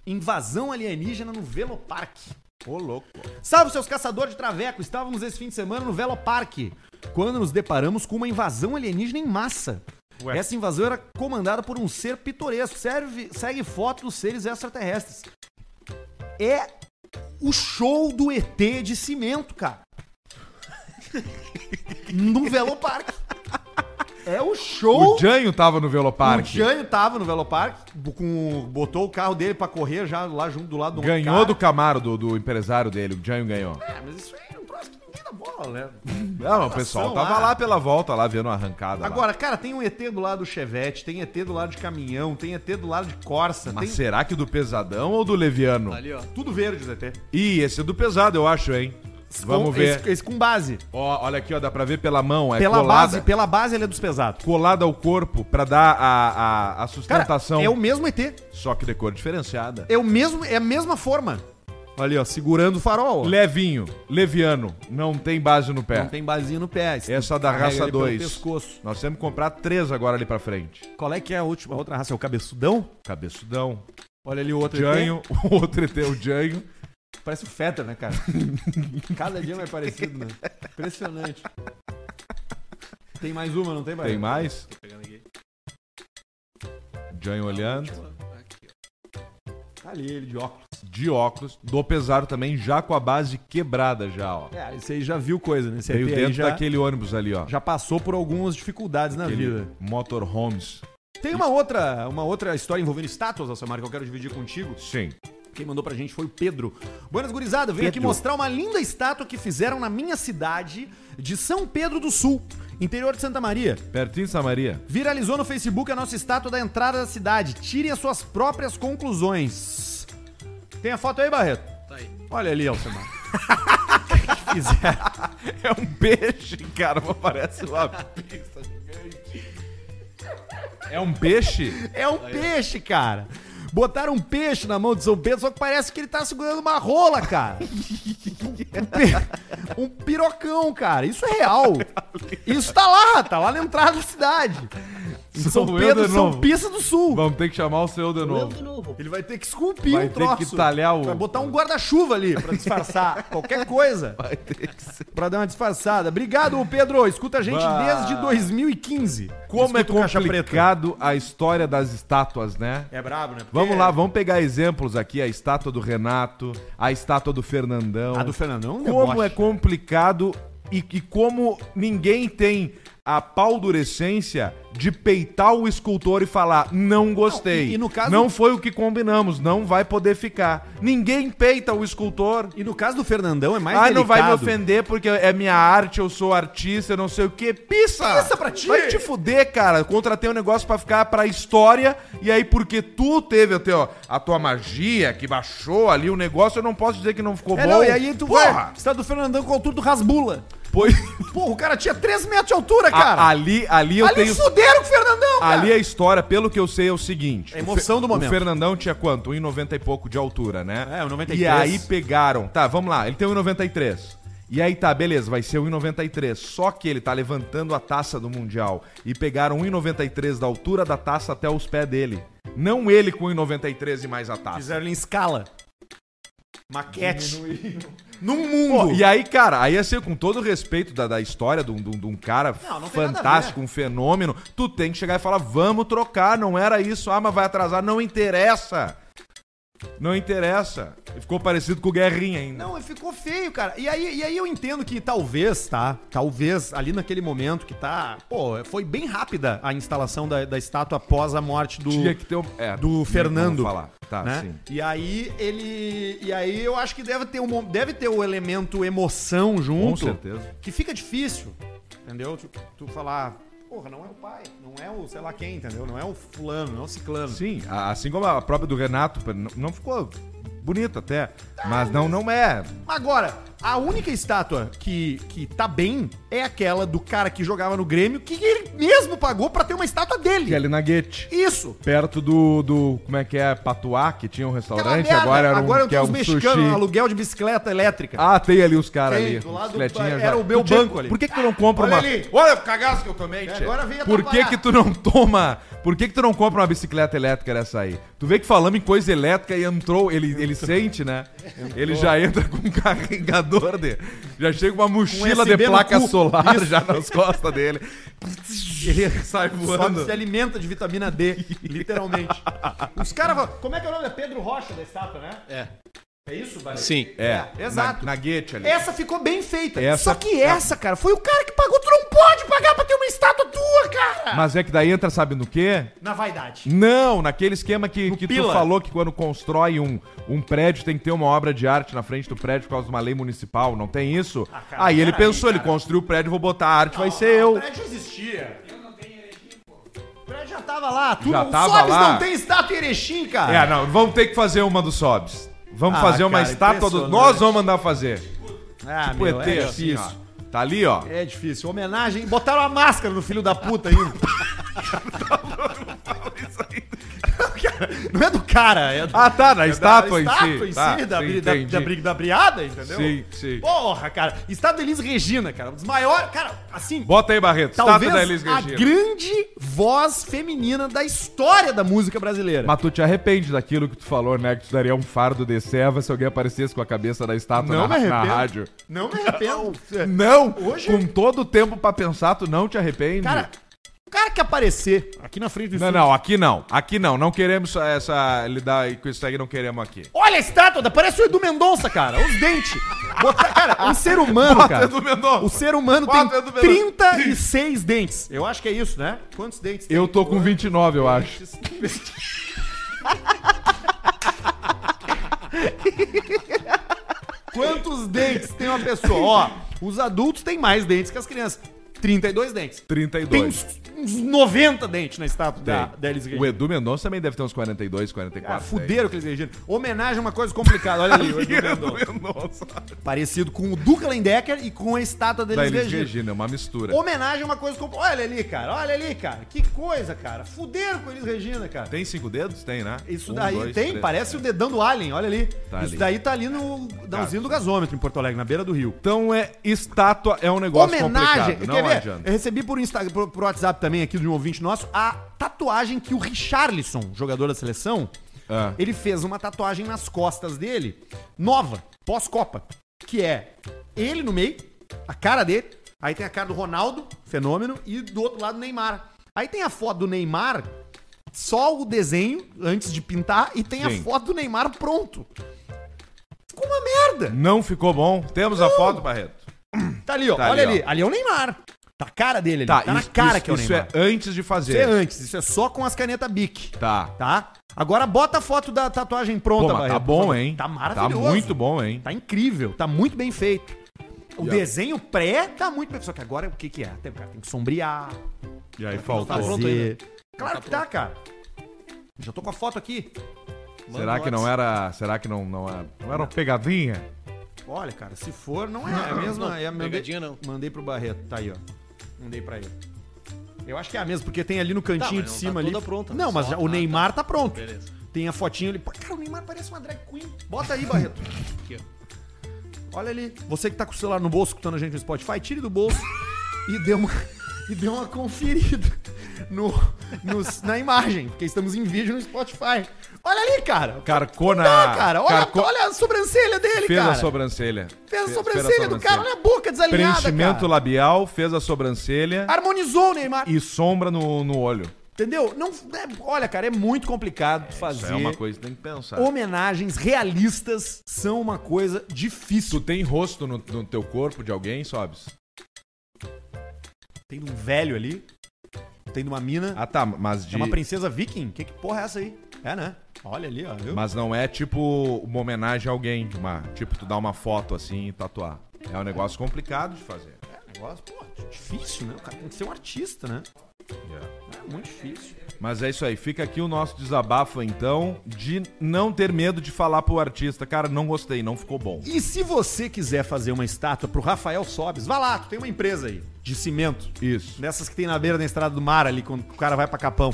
C: Invasão alienígena no Velo Parque.
B: Ô, louco.
C: Salve seus caçadores de traveco, estávamos esse fim de semana no Velo Parque, quando nos deparamos com uma invasão alienígena em massa.
B: Ué.
C: Essa invasão era comandada por um ser pitoresco, serve, segue foto dos seres extraterrestres. É o show do ET de cimento, cara. no Velo Parque. É o show
B: O Janho tava no
C: o
B: Velopark.
C: Jânio tava no Velopark, com, botou o carro dele pra correr já lá junto do lado do
B: Ganhou do Camaro, do, do empresário dele. O Janho ganhou.
C: É, mas isso aí é um troço que ninguém dá bola, né?
B: Não, o pessoal
C: Relação
B: tava
C: lá.
B: lá pela volta, lá vendo a arrancada. lá.
C: ah. Agora, cara, tem um ET do lado do Chevette, tem ET do lado de caminhão, tem ET do lado de Corsa,
B: Mas
C: tem
B: será que do pesadão ou do leviano?
E: Ali, ó.
C: tudo verde os ET.
B: Ih, esse é do pesado, eu acho, hein? Vamos
C: Com-
B: ver.
C: Esse, esse com base.
B: Ó, olha aqui, ó, dá pra ver pela mão, é
C: pela
B: colada.
C: base, pela base ele é dos pesados.
B: Colada ao corpo pra dar a, a, a
C: Cara,
B: sustentação.
C: é o mesmo ET,
B: Só que de cor diferenciada.
C: é o mesmo, é a mesma forma. Ali, ó, segurando o farol. ó.
B: Levinho, leviano, não tem base no pé.
C: Não tem basinha no pé.
B: É. Essa da
C: Carrega
B: raça
C: ele pelo
B: 2.
C: pescoço.
B: Nós temos que comprar três agora ali pra frente.
C: Qual é que é a última, a outra raça? É o cabeçudão?
B: Cabeçudão,
C: Olha ali o outro
B: Janho, o outro ET, o Janho.
C: Parece o Feta, né, cara? Cada dia mais parecido, né? Impressionante. Tem mais uma, não tem mais?
B: Tem mais?
C: tá
B: Janho olhando.
C: Tá ali ele de óculos.
B: de óculos, do pesado também, já com a base quebrada já, ó.
C: É, esse aí já viu coisa, né? Esse
B: Veio
C: ET aí
B: dentro
C: já,
B: daquele ônibus ali, ó.
C: já passou por algumas dificuldades na vida.
B: motorhomes.
C: Tem uma outra, uma outra história envolvendo estátuas, Alcemar, que eu quero dividir contigo.
B: Sim.
C: Quem mandou pra gente foi o Pedro. Buenas gurizada, eu venho aqui mostrar uma linda estátua que fizeram na minha cidade de São Pedro do Sul, interior de Santa Maria.
B: Pertinho de Samaria.
C: Viralizou no Facebook a nossa estátua da entrada da cidade. Tire as suas próprias conclusões. Tem a foto aí, Barreto?
E: Tá aí.
C: Olha ali, Alcemar. O que fizeram?
B: É um peixe, cara, mas parece uma pista gigante. É um peixe?
C: É um peixe, cara. Botaram um peixe na mão de São Pedro, só que parece que ele tá segurando uma rola, cara. Um, pi- um pirocão, cara. Isso é real. Isso tá lá, tá lá na entrada da cidade. Em
B: Sou
C: São
B: eu
C: Pedro,
B: de
C: São
B: novo.
C: Pista do Sul.
B: Vamos ter que chamar o seu de novo.
C: Ele vai ter que esculpir
B: Vai
C: um
B: ter
C: troço.
B: que talhar o-
C: Vai botar um guarda-chuva ali pra disfarçar qualquer coisa.
B: Vai ter que ser.
C: Pra dar uma disfarçada. Obrigado, Pedro. Escuta a gente
B: Bah.
C: desde 2015.
B: Como é
C: Escuta o Caixa Preta.
B: complicado a história das estátuas, né?
C: É brabo, né? Porque
B: Vamos lá, vamos pegar exemplos aqui. A estátua do Renato, a estátua do Fernandão.
C: A do Fernandão é um
B: Como
C: deboche.
B: é complicado e, e como ninguém tem a paldurecência de peitar o escultor e falar, não gostei.
C: Não, e- e no caso-
B: Não foi o que combinamos, não vai poder ficar. Ninguém peita o escultor.
C: E no caso do Fernandão é mais
B: Ah,
C: delicado.
B: não vai me ofender porque é minha arte, eu sou artista, eu não sei o quê. Pissa!
C: Pissa pra ti!
B: Vai te fuder, cara. Contratei um negócio pra ficar pra história e aí porque tu teve até, ó, a tua magia que baixou ali o negócio, eu não posso dizer que não ficou
C: É,
B: bom.
C: não, e aí tu
B: Porra!
C: vai. Você tá do Fernandão com a altura do Rasbula.
B: Pois...
C: Porra, o cara tinha 3 metros de altura, cara.
B: A- Ah, ali, ali eu
C: ali
B: tenho...
C: fuderam com o Fernandão, cara.
B: Ali a história, pelo que eu sei, é o seguinte.
C: É a emoção
B: O Fe-
C: do momento.
B: O Fernandão tinha quanto? 1,90 e pouco de altura, né?
C: É, 1,93.
B: E aí pegaram. Tá, vamos lá. Ele tem 1,93. E aí tá, beleza, vai ser 1,93. Só que ele tá levantando a taça do Mundial. E pegaram 1,93 da altura da taça até os pés dele. Não ele com 1,93 e mais a taça.
C: Fizeram ele em escala. Maquete. Num mundo.
B: Pô, e aí, cara, aí assim, com todo o respeito da, da história de um, de um- de um cara
C: Não, não tem nada a
B: fantástico, um fenômeno, tu tem que chegar e falar, vamos trocar, não era isso, ah, mas vai atrasar, não interessa. Não interessa. E Ficou parecido com o Guerrinha ainda.
C: Não, e ficou feio, cara. E aí, e aí eu entendo que talvez, tá? Talvez ali naquele momento que tá. Pô, foi bem rápida a instalação da, da estátua após a morte do.
B: Tinha que ter um- é,
C: do
B: não
C: Fernando.
B: vamos falar. Tá,
C: né?
B: sim.
C: E aí ele. E aí eu acho que deve ter um, mo- deve ter o elemento emoção junto.
B: Com certeza.
C: Que fica difícil. Entendeu? Tu, tu falar. Porra, não é o pai, não é o sei lá quem, entendeu? Não é o fulano, não é o ciclano.
B: Sim, a- assim como a própria do Renato, não- não ficou bonita até, mas não, não é.
C: Agora, a única estátua que, que tá bem é aquela do cara que jogava no Grêmio, que ele mesmo pagou pra ter uma estátua
B: Que é
C: dele.
B: ali na Guete.
C: Isso!
B: Perto do, do, como é que é, Patuá, que tinha um
C: Aquela
B: restaurante,
C: merda.
B: agora era um,
C: Agora
B: que é
C: os
B: um
C: mexicanos,
B: sushi.
C: aluguel de bicicleta elétrica.
B: Ah, tem ali os caras
C: Tem,
B: ali.
C: do lado do-
B: bicicletinha
C: era o meu
B: Tu tinha-
C: banco ali.
B: Por que, que tu não compra
C: Olha
B: uma.
C: ali. É,
B: Olha o cagaço que eu tomei, tchê.
C: agora vem
B: Por que,
C: atrapalhar.
B: que tu não toma. Por que, que tu não compra uma bicicleta elétrica dessa aí? Tu vê que falamos em coisa elétrica e entrou. Ele, ele sente, né? Ele já entra com um carregador dele. Já chega uma mochila de
C: USB no
B: placa
C: cu.
B: solar já nas costas dele. Ele sai
C: Só
B: voando.
C: se alimenta de vitamina D, literalmente. Os caras falam. Como é que é o nome? É Pedro Rocha da estátua, né?
E: É.
C: É isso, Barry?
E: Sim.
B: É,
C: Exato. É.
B: Na, na guete ali.
C: Essa ficou bem feita.
B: Essa- tá-
C: Só que essa, cara, foi o cara que pagou. Tu não pode pagar pra ter uma estátua tua, cara!
B: Mas é que daí entra, sabe no quê?
C: Na vaidade.
B: Não, naquele esquema que, que tu
C: pila.
B: falou que quando constrói um, um prédio tem que ter uma obra de arte na frente do prédio por causa de uma lei municipal, não tem isso?
C: Ah, cara, Ah,
B: aí ele
C: peraí,
B: pensou, ele construiu o prédio, vou botar a arte, vai ser
C: O
B: eu.
C: prédio existia. O prédio já tava lá. Tudo,
B: Já
C: o
B: tava
C: Sobes
B: lá.
C: não tem estátua em Erechim, cara.
B: É, não, vamos ter que fazer uma do Sobs. Vamos
C: Ah,
B: fazer uma
C: cara,
B: estátua do...
C: impressionante.
B: Nós vamos mandar fazer.
C: Ah,
B: Tipo ET, assim, ó. Tá ali, ó.
C: É difícil. Homenagem. Botaram a máscara no filho da puta ainda. Cara, Não é do cara, é do-
B: Ah, tá, na
C: da estátua
B: estátua, em si. Tá,
C: da,
B: sim,
C: bri- da,
B: entendi.
C: da, bri- da briada, entendeu?
B: Sim, sim.
C: Porra, cara. Estátua da Elis Regina, cara. Um dos maiores. Cara, assim.
B: Bota aí, Barreto.
C: Talvez
B: estátua da Elis
C: a
B: Regina.
C: grande voz feminina da história da música brasileira.
B: Mas tu te arrepende daquilo que tu falou, né? Que tu daria um fardo de serva se alguém aparecesse com a cabeça da estátua
C: Não
B: na,
C: me
B: na
C: arrependo.
B: rádio.
C: Não me arrependo.
B: Não!
C: Hoje-
B: Com todo o tempo pra pensar, tu não te arrepende?
C: Cara, o cara que aparecer aqui na frente do
B: Não,
C: estúdio-
B: não, aqui não. Aqui não. Não queremos essa. lidar com isso aí, não queremos aqui.
C: Olha a estátua, da- parece o Edu Mendonça, cara. Os dentes. Bota- cara, um ser humano,
B: Bota
C: cara.
B: Edu Mendonça.
C: O ser humano
B: Bota Edu
C: tem
B: Mendonça.
C: 36 dentes. Eu acho que é isso, né? Quantos dentes tem?
B: Eu tô com 29, eu acho.
C: Quantos dentes tem uma pessoa? Ó, os adultos têm mais dentes que as crianças. 32 dentes. Tem
B: 32.
C: uns, uns 90 dentes na estátua da,
B: Tem.
C: da Elis
B: O
C: Regina.
B: Edu Mendonça também deve ter uns 42, 44.
C: Ah, fuderam aqueles Regina. Homenagem é uma coisa complicada. Olha ali, o Edu Mendonça.
B: Mendonça.
C: Parecido com o Duca Lendecker e com a estátua da
B: Da
C: Elis
B: Elis
C: Regina.
B: Regina, é uma mistura.
C: Homenagem é uma coisa compl- Olha ali, cara. Olha ali, cara. Que coisa, cara. Fuderam com eles, Regina, cara.
B: Tem cinco dedos? Tem, né?
C: Isso
B: Um,
C: daí
B: dois,
C: tem,
B: três.
C: parece o dedão do Alien, olha ali.
B: Tá
C: Isso
B: ali.
C: daí tá ali no na usina do gasômetro em Porto Alegre, na beira do rio.
B: Então é estátua é um negócio
C: Homenagem.
B: complicado.
C: Quer ver?
B: adianta.
C: eu recebi por, Insta, por, por WhatsApp também aqui de um ouvinte nosso a tatuagem que o Richarlison, jogador da seleção,
B: Ah.
C: ele fez uma tatuagem nas costas dele, nova, pós-Copa, que é ele no meio, a cara dele, aí tem a cara do Ronaldo, fenômeno, e do outro lado o Neymar. Aí tem a foto do Neymar, só o desenho antes de pintar, e tem
B: Sim.
C: a foto do Neymar pronto. Ficou uma merda.
B: Não ficou bom? Temos a foto, Barreto?
C: Tá ali, ó.
B: Tá
C: olha
B: ali,
C: ali.
B: ó.
C: Ali é o Neymar. Tá a cara dele ali. Tá, na
B: isso-
C: cara
B: isso-
C: que é o
B: Isso
C: Neymar.
B: é antes
C: Isso
B: de
C: é
B: fazer.
C: antes, isso é só com as canetas Bic,
B: Tá.
C: tá? Agora bota a foto da tatuagem
B: Pô,
C: pronta,
B: mas tá
C: Barreto, por
B: bom,
C: favor.
B: hein?
C: Tá maravilhoso.
B: Tá muito bom, hein?
C: Tá incrível, tá muito bem feito. O
B: E a-
C: desenho pré tá muito bem. Só que agora o que que é? Tem, cara, tem que sombrear,
B: E aí
C: tá
B: faltou.
E: pronto
C: fazer... Claro que tá, cara. Já tô com a foto aqui.
B: Será
C: um
B: que
C: é?
B: não era. Será que não, não era. Não era uma pegadinha?
C: Olha, cara, se for, não é, é a mesma. é a mandei-
E: pegadinha não.
C: Mandei pro Barreto, tá aí, ó. Mandei pra ele. Eu acho que é a mesma, porque tem ali no cantinho
E: Tá, mas
C: de
E: não
C: cima
E: tá
C: ali.
E: toda pronta,
C: não,
E: né?
C: mas
E: Só-
C: já- o
E: ah,
C: Neymar tá pronto.
E: Beleza.
C: Tem a fotinho ali. Pô, cara, o Neymar parece uma drag queen. Bota aí, Barreto.
E: Aqui,
C: Olha ali. Você que tá com o celular no bolso escutando a gente no Spotify, tire do bolso e dê uma, e dê uma conferida no, nos- na imagem, porque estamos em vídeo no Spotify. Olha ali, cara.
B: Carcona.
C: Tá, cara. Olha,
B: Carco-
C: olha a sobrancelha dele,
B: Fez
C: cara.
B: a sobrancelha.
C: Fez a
B: Fe-
C: sobrancelha do cara, olha a boca desalinhada,
B: Preenchimento
C: cara. Ah.
B: labial, fez a sobrancelha
C: Harmonizou o Neymar.
B: e sombra no, no olho.
C: Entendeu? Não, é- olha, cara, é muito complicado fazer.
B: Isso é uma coisa que tem que pensar.
C: Homenagens realistas são uma coisa difícil.
B: Tu tem rosto no, no teu corpo de alguém, Sobs?
C: Tem um velho ali, tem de uma mina,
B: Ah, tá, mas de.
C: é uma princesa viking. Que, que porra é essa aí? É, né? Olha ali, ó, viu?
B: Mas não é tipo uma homenagem a alguém, uma, tipo tu dar uma foto assim e tatuar. É um negócio complicado de fazer.
C: É, negócio, pô, difícil, né? O cara tem que ser um artista, né? É muito difícil.
B: Mas é isso aí, fica aqui o nosso desabafo então de não ter medo de falar pro artista, cara, não gostei, não ficou bom.
C: E se você quiser fazer uma estátua pro Rafael Sobes, vá lá, tu tem uma empresa aí de cimento.
B: Isso.
C: Dessas que tem na beira da estrada do mar ali, quando o cara vai pra Capão.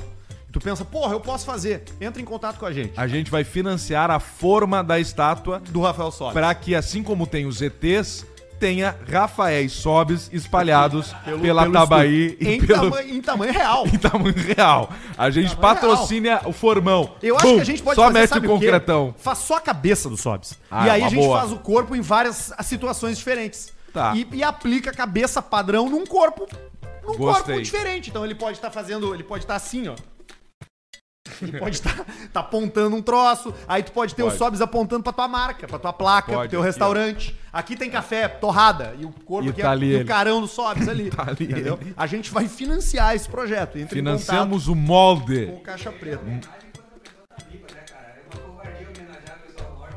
C: Tu pensa, porra, eu posso fazer. Entra em contato com a gente.
B: A gente vai financiar a forma da estátua
C: Do Rafael Sobes.
B: para que assim como tem os ETs, tenha Rafaéis Sobes espalhados pela
C: pelo
B: Tabaí
C: estudo.
B: e
C: em,
B: pelo
C: tama- em tamanho real.
B: em tamanho Tá real. A gente
C: Tamanho
B: patrocina o formão.
C: é Eu acho
B: Bum,
C: que a gente pode
B: Só mete
C: sabe
B: o
C: quê?
B: concretão.
C: Faz só a cabeça do Sobs.
B: Ah,
C: e
B: é
C: aí
B: uma
C: a gente
B: boa.
C: faz o corpo em várias ah, situações diferentes.
B: Tá.
C: E, e aplica a cabeça padrão num corpo. Num
B: Gostei.
C: corpo diferente. Então ele pode estar fazendo. Ele pode estar assim, ó. Ele pode estar tá apontando um troço. Aí tu pode ter
B: Pode.
C: o Sobs apontando pra tua marca, pra tua placa,
B: Pode,
C: pro teu
B: aqui, ó.
C: restaurante. Aqui tem café, torrada. E o corpo
B: E
C: aqui é
B: tá ali
C: e
B: ele.
C: o carão do Sobs ali.
B: Tá ali
C: entendeu?
B: ele.
C: A gente vai financiar esse projeto. Entre em contato
B: Financiamos o molde.
C: com o caixa preta.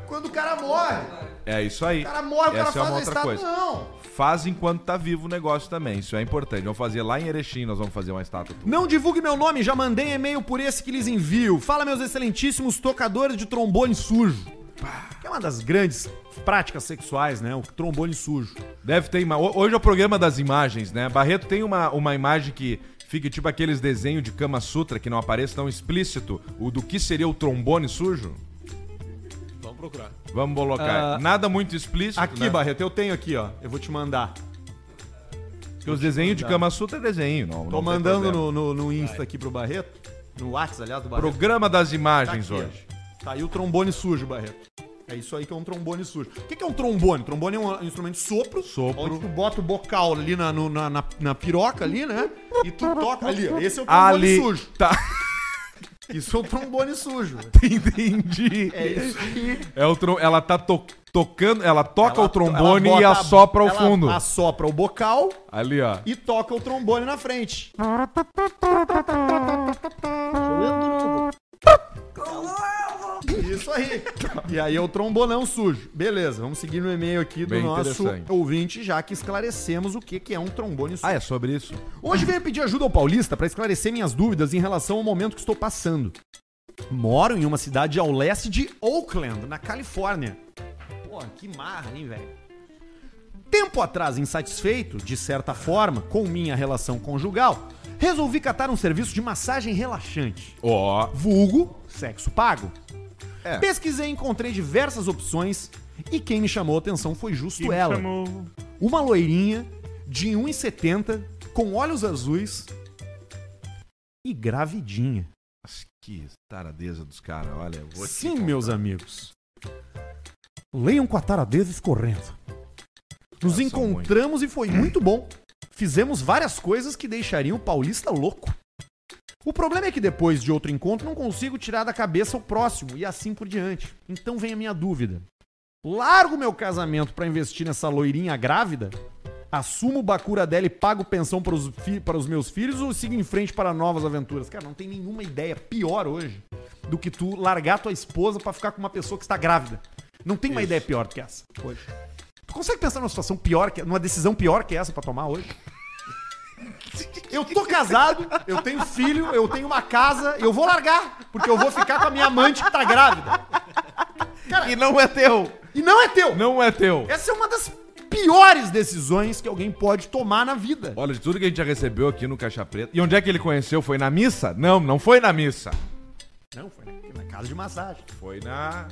C: Quando o cara morre,
B: É isso aí.
C: o cara morre, o cara
B: Essa é
C: faz
B: uma
C: uma
B: outra
C: estátua.
B: coisa.
C: Não.
B: Faz enquanto tá vivo o negócio também. Isso é importante. Vamos fazer lá em Erechim, nós vamos fazer uma estátua. tua.
C: Não divulgue meu nome, já mandei e-mail por esse que lhes envio. Fala, meus excelentíssimos tocadores de trombone sujo. Que é uma das grandes práticas sexuais, né? O trombone sujo.
B: Deve ter ima... Ho- Hoje é o programa das imagens, né? Barreto tem uma, uma imagem que fica tipo aqueles desenhos de Kama Sutra que não aparece tão explícito. O do que seria o trombone sujo?
E: Vamos procurar.
B: Vamos colocar.
C: Ah,
B: Nada muito explícito.
C: Aqui,
B: né?
C: Barreto, eu tenho aqui, ó. Eu vou te mandar.
B: Porque os desenhos de Kama Sutra é desenho. Não,
C: Tô mandando no, no, no Insta aqui pro Barreto. No Whats, aliás, do Barreto.
B: Programa das imagens
C: Tá aqui,
B: hoje.
C: Tá aí o trombone sujo, Barreto. É isso aí que é um trombone sujo. O que que é um trombone? Trombone é um instrumento de sopro.
B: Sopro.
C: Onde tu bota o bocal ali na, no- na, na, na piroca ali, né? E tu toca ali. ó. Esse é o trombone
B: Ali.
C: sujo.
B: Tá,
C: Isso é o trombone sujo.
B: entendi.
C: É isso aí.
B: É o trom- Ela tá to- tocando, ela toca
C: Ela-
B: o trombone
C: ela
B: e
C: bota-
B: assopra ao
C: ela
B: fundo.
C: Assopra o bocal
B: Ali, ó.
C: e toca o trombone na frente. Isso aí. E aí é o trombonão sujo. Beleza, vamos seguir no e-mail aqui do
B: Bem
C: nosso
B: interessante.
C: ouvinte, já que esclarecemos o que, que é um trombone sujo.
B: Ah, é sobre isso?
C: Hoje venho pedir ajuda ao Paulista para esclarecer minhas dúvidas em relação ao momento que estou passando. Moro em uma cidade ao leste de Oakland, na Califórnia. Pô, que marra, hein, velho? Tempo atrás, insatisfeito, de certa forma, com minha relação conjugal, resolvi catar um serviço de massagem relaxante.
B: Ó.
C: Vulgo, sexo pago.
B: É.
C: Pesquisei e encontrei diversas opções e quem me chamou a atenção foi justo ela. Uma loirinha de 1,70 com olhos azuis e gravidinha.
B: Mas que taradeza dos caras, olha. eu Vou te
C: Sim,
B: contar.
C: meus amigos. Leiam com a taradeza escorrendo. Nos
B: Nossa,
C: encontramos e foi muito bom. Fizemos várias coisas que deixariam o paulista louco. O problema é que depois de outro encontro não consigo tirar da cabeça o próximo e assim por diante. Então vem a minha dúvida. Largo meu casamento pra investir nessa loirinha grávida? Assumo o Bacura dela e pago pensão para os, fi- para os meus filhos ou sigo em frente para novas aventuras? Cara, não tem nenhuma ideia pior hoje do que tu largar tua esposa pra ficar com uma pessoa que está grávida. Não tem uma ideia pior do que essa hoje. Tu consegue pensar numa situação pior, que, numa decisão pior que essa pra tomar hoje? Eu tô casado, eu tenho filho, eu tenho uma casa, eu vou largar, porque eu vou ficar com a minha amante que tá grávida.
B: E não é teu!
C: E não é teu!
B: Não é teu!
C: Essa é uma das piores decisões que alguém pode tomar na vida.
B: Olha, de tudo que a gente já recebeu aqui no Caixa Preta. E onde é que ele conheceu? Foi na missa? Não, não foi na missa.
C: Não, foi na casa de massagem.
B: Foi na.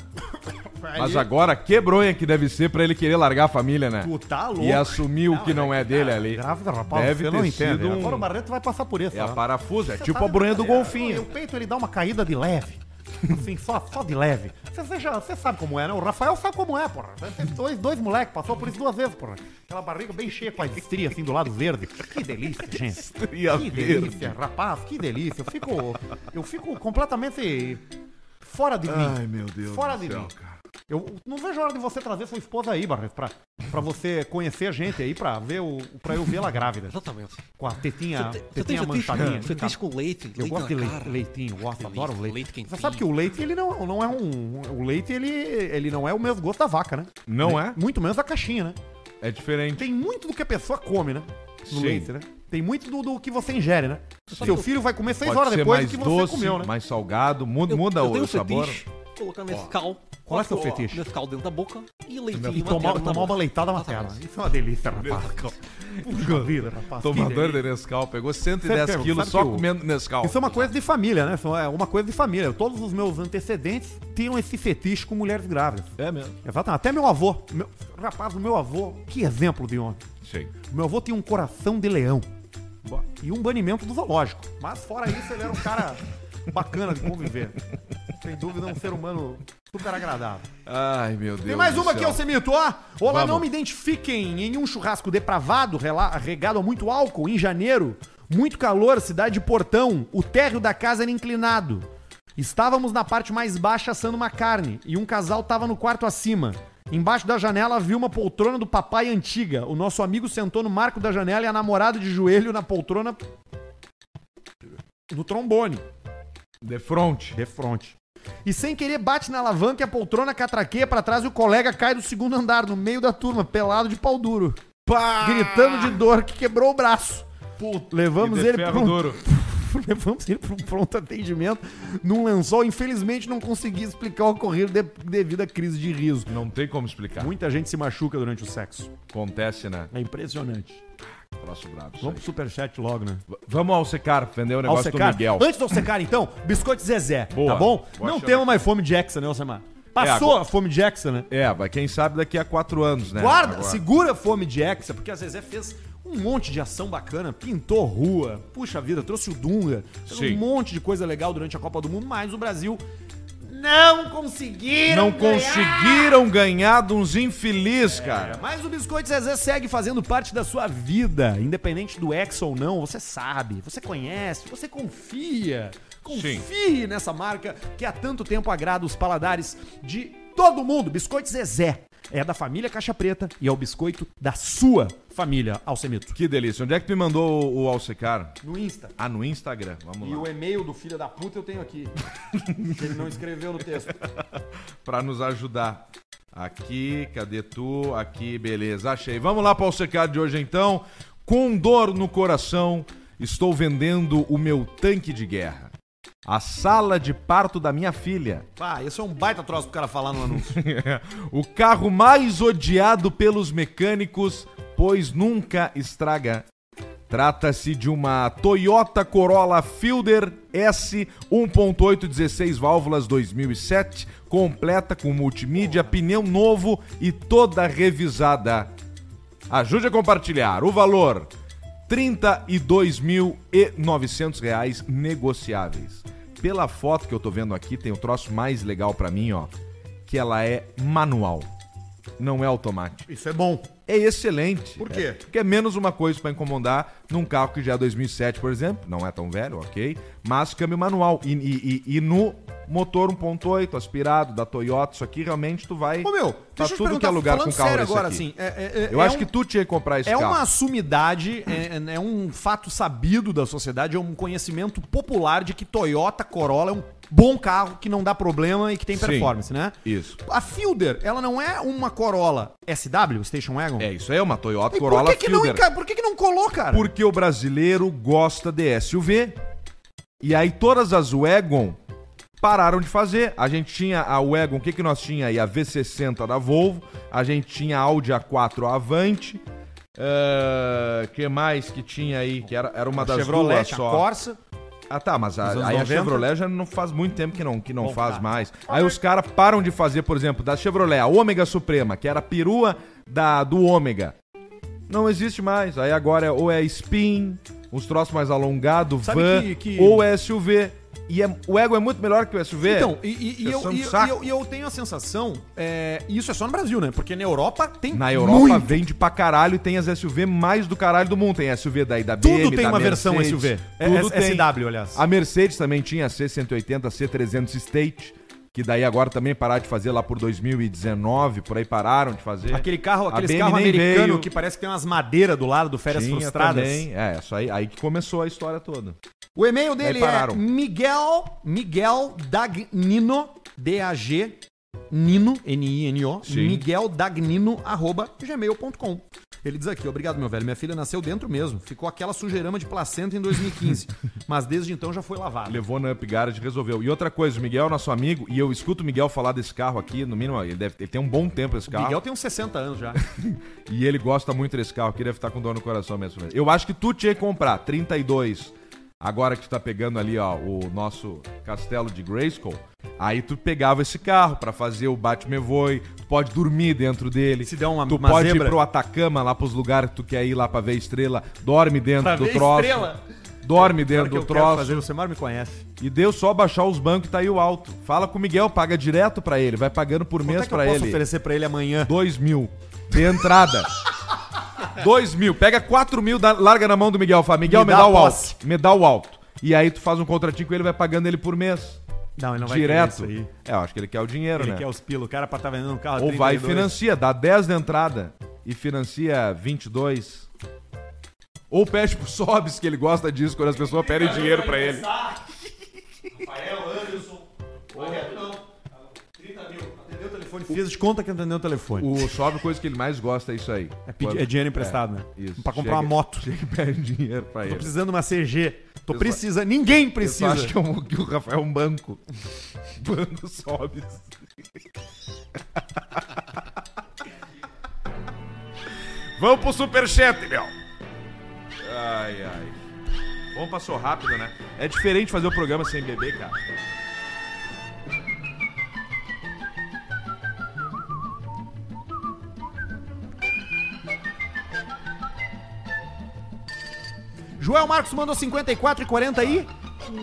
B: Mas agora quebrou, hein, que deve ser pra ele querer largar a família, né?
C: Tu tá louco.
B: E assumir o que não é dele ali.
C: Grávida, rapaz,
B: Deve
C: você
B: ter
C: não entende.
B: sido um-
C: Agora o Barreto vai passar por isso.
B: É a
C: né?
B: parafuso, é
C: Você
B: tipo
C: tá
B: a bronha do
C: vendo? E o
B: golfinho.
C: peito ele dá uma caída de leve. Assim, só, só de leve. Você, você, já, você sabe como é, né? O Rafael sabe como é, porra. Teve dois, dois moleques, passou por isso duas vezes, porra. Aquela barriga bem cheia com a estria assim do lado verde. Que delícia, gente.
B: Estria
C: que
B: verde.
C: delícia, rapaz, que delícia. Eu fico, eu fico completamente fora de mim.
B: Ai, meu Deus
C: Fora
B: do
C: de
B: céu,
C: mim.
B: cara.
C: Eu não vejo a hora de você trazer sua esposa aí, Barreto, pra, pra você conhecer a gente aí, pra, ver o, pra eu ver ela grávida.
E: Exatamente.
C: Com Ah. a tetinha,
E: tá, Você tem-
C: tetinha
E: você tem
C: manchadinha.
E: Fetiche com leite.
C: Eu
E: leite
C: gosto
E: na
C: de leite,
E: cara.
C: leitinho, gosto,
E: Leite,
C: adoro o leite.
E: leite quentinho.
C: Você sabe que o leite, ele não, não é um... O leite, ele, ele não é o mesmo gosto da vaca, né?
B: Não é?
C: Muito menos da caixinha, né?
B: É diferente.
C: Tem muito do que a pessoa come, né? No
B: Sim.
C: leite, né? Tem muito do, do que você ingere, né? Seu filho vai comer seis
B: Pode
C: horas
B: ser
C: depois do
B: mais
C: que você
B: doce,
C: comeu, né?
B: mais salgado. Muda,
E: Eu-
B: muda
E: eu
B: o
E: tenho um
B: sabor.
E: fetiche, Colocar Nescau.
C: Qual é seu
E: colocar
C: fetiche?
E: Nescau dentro da boca e leitinho
C: E tomar,
E: materno na
C: tomar uma
E: boca.
C: leitada materna. Isso é uma delícia, rapaz. Puxa vida, rapaz. que
B: Tomador
C: delícia.
B: de Nescau. Pegou
C: Sabe
B: 110
C: que eu-
B: quilos
C: sabe
B: só
C: que eu-
B: comendo Nescau.
C: Isso é uma coisa de família, né? Isso é uma coisa de família. Todos os meus antecedentes tinham esse fetiche com mulheres grávidas.
B: É mesmo.
C: Exatamente. Até meu avô. Meu, rapaz, o meu avô, que exemplo de homem.
B: Sim.
C: O meu avô tinha um coração de leão. E um banimento do zoológico. Mas fora isso, ele era um cara bacana de conviver. Sem dúvida, um ser humano super agradável.
B: Ai, meu Deus.
C: Tem mais
B: do
C: uma
B: céu.
C: aqui, Alcemito, ó. Olá,
B: Vamos.
C: não me identifiquem em um churrasco depravado, rela- regado a muito álcool, em janeiro. Muito calor, cidade de Portão. O térreo da casa era inclinado. Estávamos na parte mais baixa assando uma carne e um casal estava no quarto acima. Embaixo da janela havia uma poltrona do papai antiga. O nosso amigo sentou no marco da janela e a namorada de joelho na poltrona do trombone.
B: De frente.
C: De fronte. E sem querer bate na alavanca e a poltrona catraqueia pra trás e o colega cai do segundo andar, no meio da turma, pelado de pau duro. Gritando de dor que quebrou o braço. levamos
B: E de
C: ele
B: ferro
C: pra um-
B: duro.
C: levamos ele para um pronto atendimento num lençol. Infelizmente não consegui explicar o ocorrido de- devido à crise de riso.
B: Não tem como explicar.
C: Muita gente se machuca durante o sexo.
B: Acontece, né?
C: É impressionante.
B: Troço brabo. isso
C: Vamos pro superchat logo, né?
B: aí. Vamos ao secar, vender o negócio
C: Alcecar.
B: do Miguel.
C: Antes do Alcecar, então, biscoito Zezé,
B: Boa.
C: tá bom?
B: Boa
C: não
B: chama.
C: temos mais fome de Hexa, né, Alcemar? Passou
B: agora-
C: a fome de Hexa, né?
B: É, mas quem sabe daqui a quatro anos, né?
C: Guarda,
B: Agora.
C: segura a fome de Hexa, porque a Zezé fez um monte de ação bacana, pintou rua, puxa vida, trouxe o Dunga, fez
B: Sim.
C: um monte de coisa legal durante a Copa do Mundo, mas o Brasil não conseguiram.
B: Não conseguiram ganhar de uns infeliz, cara.
C: Mas o Biscoito Zezé segue fazendo parte da sua vida, independente do ex ou não, você sabe, você conhece, você confia. Confie nessa marca que há tanto tempo agrada os paladares de todo mundo. Biscoito Zezé é da família Caixa Preta e é o biscoito da sua família, Alcemito.
B: Que delícia. Onde é que tu me mandou o, o Alcecar?
C: No Insta.
B: Ah, no Instagram. Vamos
C: E
B: lá.
C: o e-mail do filho da puta eu tenho aqui. Ele não escreveu no texto.
B: Pra nos ajudar. Aqui, cadê tu? Aqui, beleza. Achei. Vamos lá para o Alcecar de hoje, então. Com dor no coração, estou vendendo o meu tanque de guerra. A sala de parto da minha filha.
C: Pá, esse é um baita troço pro cara falar no anúncio.
B: O carro mais odiado pelos mecânicos, pois nunca estraga. Trata-se de uma Toyota Corolla Fielder S 1.8 16 válvulas 2007, completa com multimídia, pneu novo e toda revisada. Ajude a compartilhar. O valor 32.900 reais negociáveis. Pela foto que eu tô vendo aqui, tem o troço mais legal pra mim, ó, que ela é manual. Não é automático.
A: Isso é bom.
B: É excelente.
A: Por quê?
B: É, porque é menos uma coisa pra incomodar num carro que já é 2007, por exemplo. Não é tão velho, ok. Mas câmbio manual. E, e- e- e no motor 1.8 aspirado da Toyota, isso aqui realmente tu vai...
C: Ô, meu,
B: pra
C: deixa eu te
B: tudo que é
C: perguntar,
B: lugar com
C: falando
B: carro
C: sério
B: desse
C: agora,
B: aqui.
C: assim, é- é-
B: Eu
C: é
B: acho
C: um-
B: que tu tinha que comprar esse
C: É
B: carro.
C: uma sumidade, é, é um fato sabido da sociedade, é um conhecimento popular de que Toyota Corolla é um bom carro que não dá problema e que tem
B: Sim.
C: performance, né?
B: Isso.
C: A Fielder, ela não é uma Corolla SW, Station Wagon?
B: É, isso aí é uma Toyota
C: E
B: Corolla
C: por que, que não
B: Fielder.
C: enca... Por que, que não colou, cara?
B: Porque o brasileiro gosta de SUV. E aí todas as Wagon pararam de fazer. A gente tinha a Wagon, o que, que nós tinha aí? A V60 da Volvo, a gente tinha a Audi A4 Avante. O que mais que tinha aí? Que era, era uma das duas
C: Chevrolet, a
B: só.
C: Corsa.
B: Ah tá, mas a,
C: Dos anos
B: aí a
C: 90.
B: Chevrolet já não faz muito tempo que não, que não faz mais. Aí os caras param de fazer, por exemplo, da Chevrolet, a Ômega Suprema, que era a perua da, do Ômega. Não existe mais. Aí agora é, ou é Spin, uns troços mais alongados,
C: Sabe
B: van,
C: que- que-
B: ou é SUV. E é- o Ego é muito melhor que o SUV.
C: Então, e, e- e eu,
B: Sessão
C: e-
B: de um saco.
C: e eu- e eu tenho a sensação, é, e isso é só no Brasil, né? Porque na Europa tem
B: Na Europa
C: muito.
B: vende pra caralho e tem as SUV mais do caralho do mundo. Tem SUV daí da
C: Tudo
B: BMW,
C: tem
B: da
C: uma versão SUV. É,
B: Tudo
C: S-
B: tem.
C: SW, aliás.
B: A Mercedes também tinha a C180, C300 State, que daí agora também pararam de fazer lá por 2019, por aí pararam de fazer.
C: Aquele carro,
B: A
C: aquele
B: BM
C: carro
B: nem
C: americano
B: veio.
C: que parece que tem umas madeiras do lado do Férias
B: Tinha
C: Frustradas.
B: também. É, isso aí, aí que começou a história toda.
C: O e-mail dele
B: Aí pararam.
C: é Miguel, Miguel Dagnino, D-A-G, Nino, N-I-N-O,
B: Sim.
C: Miguel Dagnino, arroba, gmail.com. Ele diz aqui, obrigado meu velho, minha filha nasceu dentro mesmo, ficou aquela sujeirama de placenta em 2015, mas desde então já foi lavada.
B: Levou na Up Garage e resolveu. E outra coisa, o Miguel, nosso amigo, e eu escuto o Miguel falar desse carro aqui, no mínimo, ele, deve, ele tem um bom tempo esse carro.
C: Miguel tem uns 60 anos já.
B: E ele gosta muito desse carro, que deve estar com dor no coração mesmo. Eu acho que tu tinha que comprar 32. Agora que tu tá pegando ali, ó, o nosso castelo de Grayskull, aí tu pegava esse carro pra fazer o Batmevoi, tu pode dormir dentro dele.
C: Se der uma-
B: tu
C: uma
B: pode
C: zebra.
B: ir pro Atacama lá pros lugares que tu quer ir lá pra ver estrela, dorme dentro
C: Pra
B: do
C: ver
B: troço.
C: estrela? É,
B: Dorme
C: Claro que
B: dentro
C: eu
B: do
C: quero
B: troço.
C: fazer, o Semar me conhece.
B: E deu só baixar os bancos e tá aí o alto. Fala com o Miguel, paga direto pra ele, vai pagando por
C: Quanto
B: mês
C: é que eu
B: pra
C: posso
B: ele.
C: oferecer pra ele amanhã?
B: 2 mil de entrada. 2 mil. Pega 4 mil, dá- larga na mão do Miguel. Fala, Miguel,
C: Me
B: me,
C: dá
B: dá,
C: a
B: o
C: posse.
B: alto. Me dá o alto. E aí tu faz um contratinho com ele, vai pagando ele por mês.
C: Não, ele não
B: direto.
C: vai querer isso aí.
B: É, eu acho que ele quer o dinheiro,
C: Ele
B: né?
C: quer os pila, o cara pra tá vendendo um carro a
B: Ou vai e
C: 32.
B: financia, dá 10 de entrada e financia 22. Ou pede pro Sobs, que ele gosta disso, quando as pessoas pedem dinheiro pra ele.
C: Atendeu o telefone, fez de conta que atendeu o telefone.
B: O Sobs, coisa que ele mais gosta é isso aí.
C: É, pedir- é dinheiro emprestado, né?
B: isso.
C: Pra comprar
B: Chega-
C: uma moto.
B: Ele pede dinheiro pra
C: Tô
B: ele.
C: precisando de uma CG. Tô precisando. Ninguém
B: Precisa.
C: precisa.
B: acho que, é um- que o Rafael é um banco. Banco sobe. Vamos pro superchat, meu. Ai, ai. Bom, passou rápido, né? É diferente fazer o programa sem beber, cara.
C: Joel Marcos mandou 54 e 40 aí.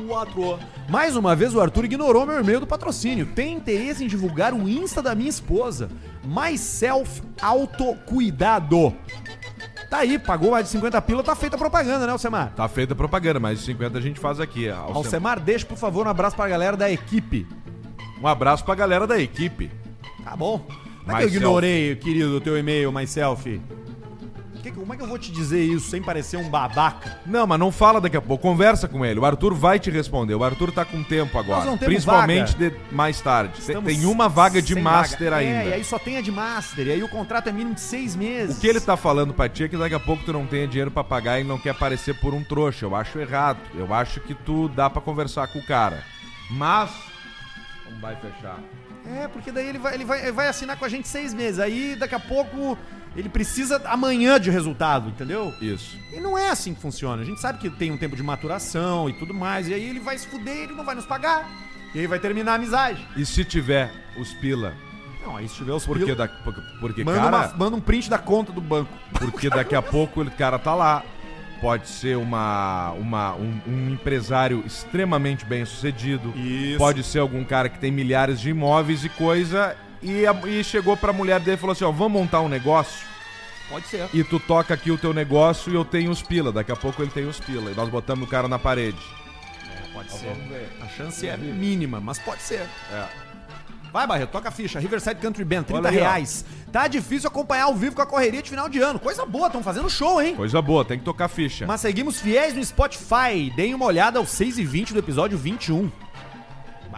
C: Quatro. Mais uma vez o Arthur ignorou meu e-mail do patrocínio. Tem interesse em divulgar o Insta da minha esposa. Mais self autocuidado. Tá aí, pagou mais de 50 pila, tá feita a propaganda, né, Alcemar?
B: Tá feita a propaganda, mas os 50 a gente faz aqui. é, Alcemar.
C: Alcemar, deixa por favor um abraço pra galera da equipe.
B: Um abraço pra galera da equipe.
C: Tá bom. Como é que eu
B: Myself.
C: ignorei, querido, o teu e-mail, myself? Que- como é que eu vou te dizer isso sem parecer um babaca?
B: Não, mas não fala daqui a pouco. Conversa com ele. O Arthur vai te responder. O Arthur tá com tempo agora.
C: Nós não temos
B: principalmente de- mais tarde. Tem-
C: Estamos
B: Tem uma vaga de
C: sem
B: master
C: vaga.
B: ainda.
C: É, e aí só tem a de master, e aí o contrato é mínimo de seis meses.
B: O que ele tá falando pra ti é que daqui a pouco tu não tenha dinheiro pra pagar e não quer aparecer por um trouxa. Eu acho errado. Eu acho que tu dá pra conversar com o cara. Mas. Não vai fechar.
C: É, porque daí ele vai, ele, vai, ele vai assinar com a gente seis meses, aí daqui a pouco ele precisa amanhã de resultado, entendeu?
B: Isso.
C: E não é assim que funciona. A gente sabe que tem um tempo de maturação e tudo mais, e aí ele vai se fuder, ele não vai nos pagar, e aí vai terminar a amizade.
B: E se tiver os pila?
C: Não, aí se tiver os
B: Porque,
C: pila-
B: da, porque, porque,
C: manda,
B: cara,
C: uma- manda um print da conta do banco.
B: porque daqui a pouco o cara tá lá. pode ser uma, uma, um, um empresário extremamente bem sucedido,
C: Isso.
B: pode ser algum cara que tem milhares de imóveis e coisa, e, a- e chegou pra mulher dele e falou assim: ó, vamos montar um negócio?
E: Pode ser.
B: E tu toca aqui o teu negócio e eu tenho os pila. Daqui a pouco ele tem os pila. E nós botamos o cara na parede. Tá
C: Pode ser. A chance é
B: Uhum.
C: mínima, mas pode ser. Vai, Barreto, toca a ficha. Riverside Country Band, 30
B: É. Olha aí, ó.
C: reais. Tá difícil acompanhar ao vivo com a correria de final de ano. Coisa boa, estão fazendo show, hein?
B: Coisa boa, tem que tocar ficha.
C: Mas seguimos fiéis no Spotify. Deem uma olhada aos 6 e 20 do episódio 21.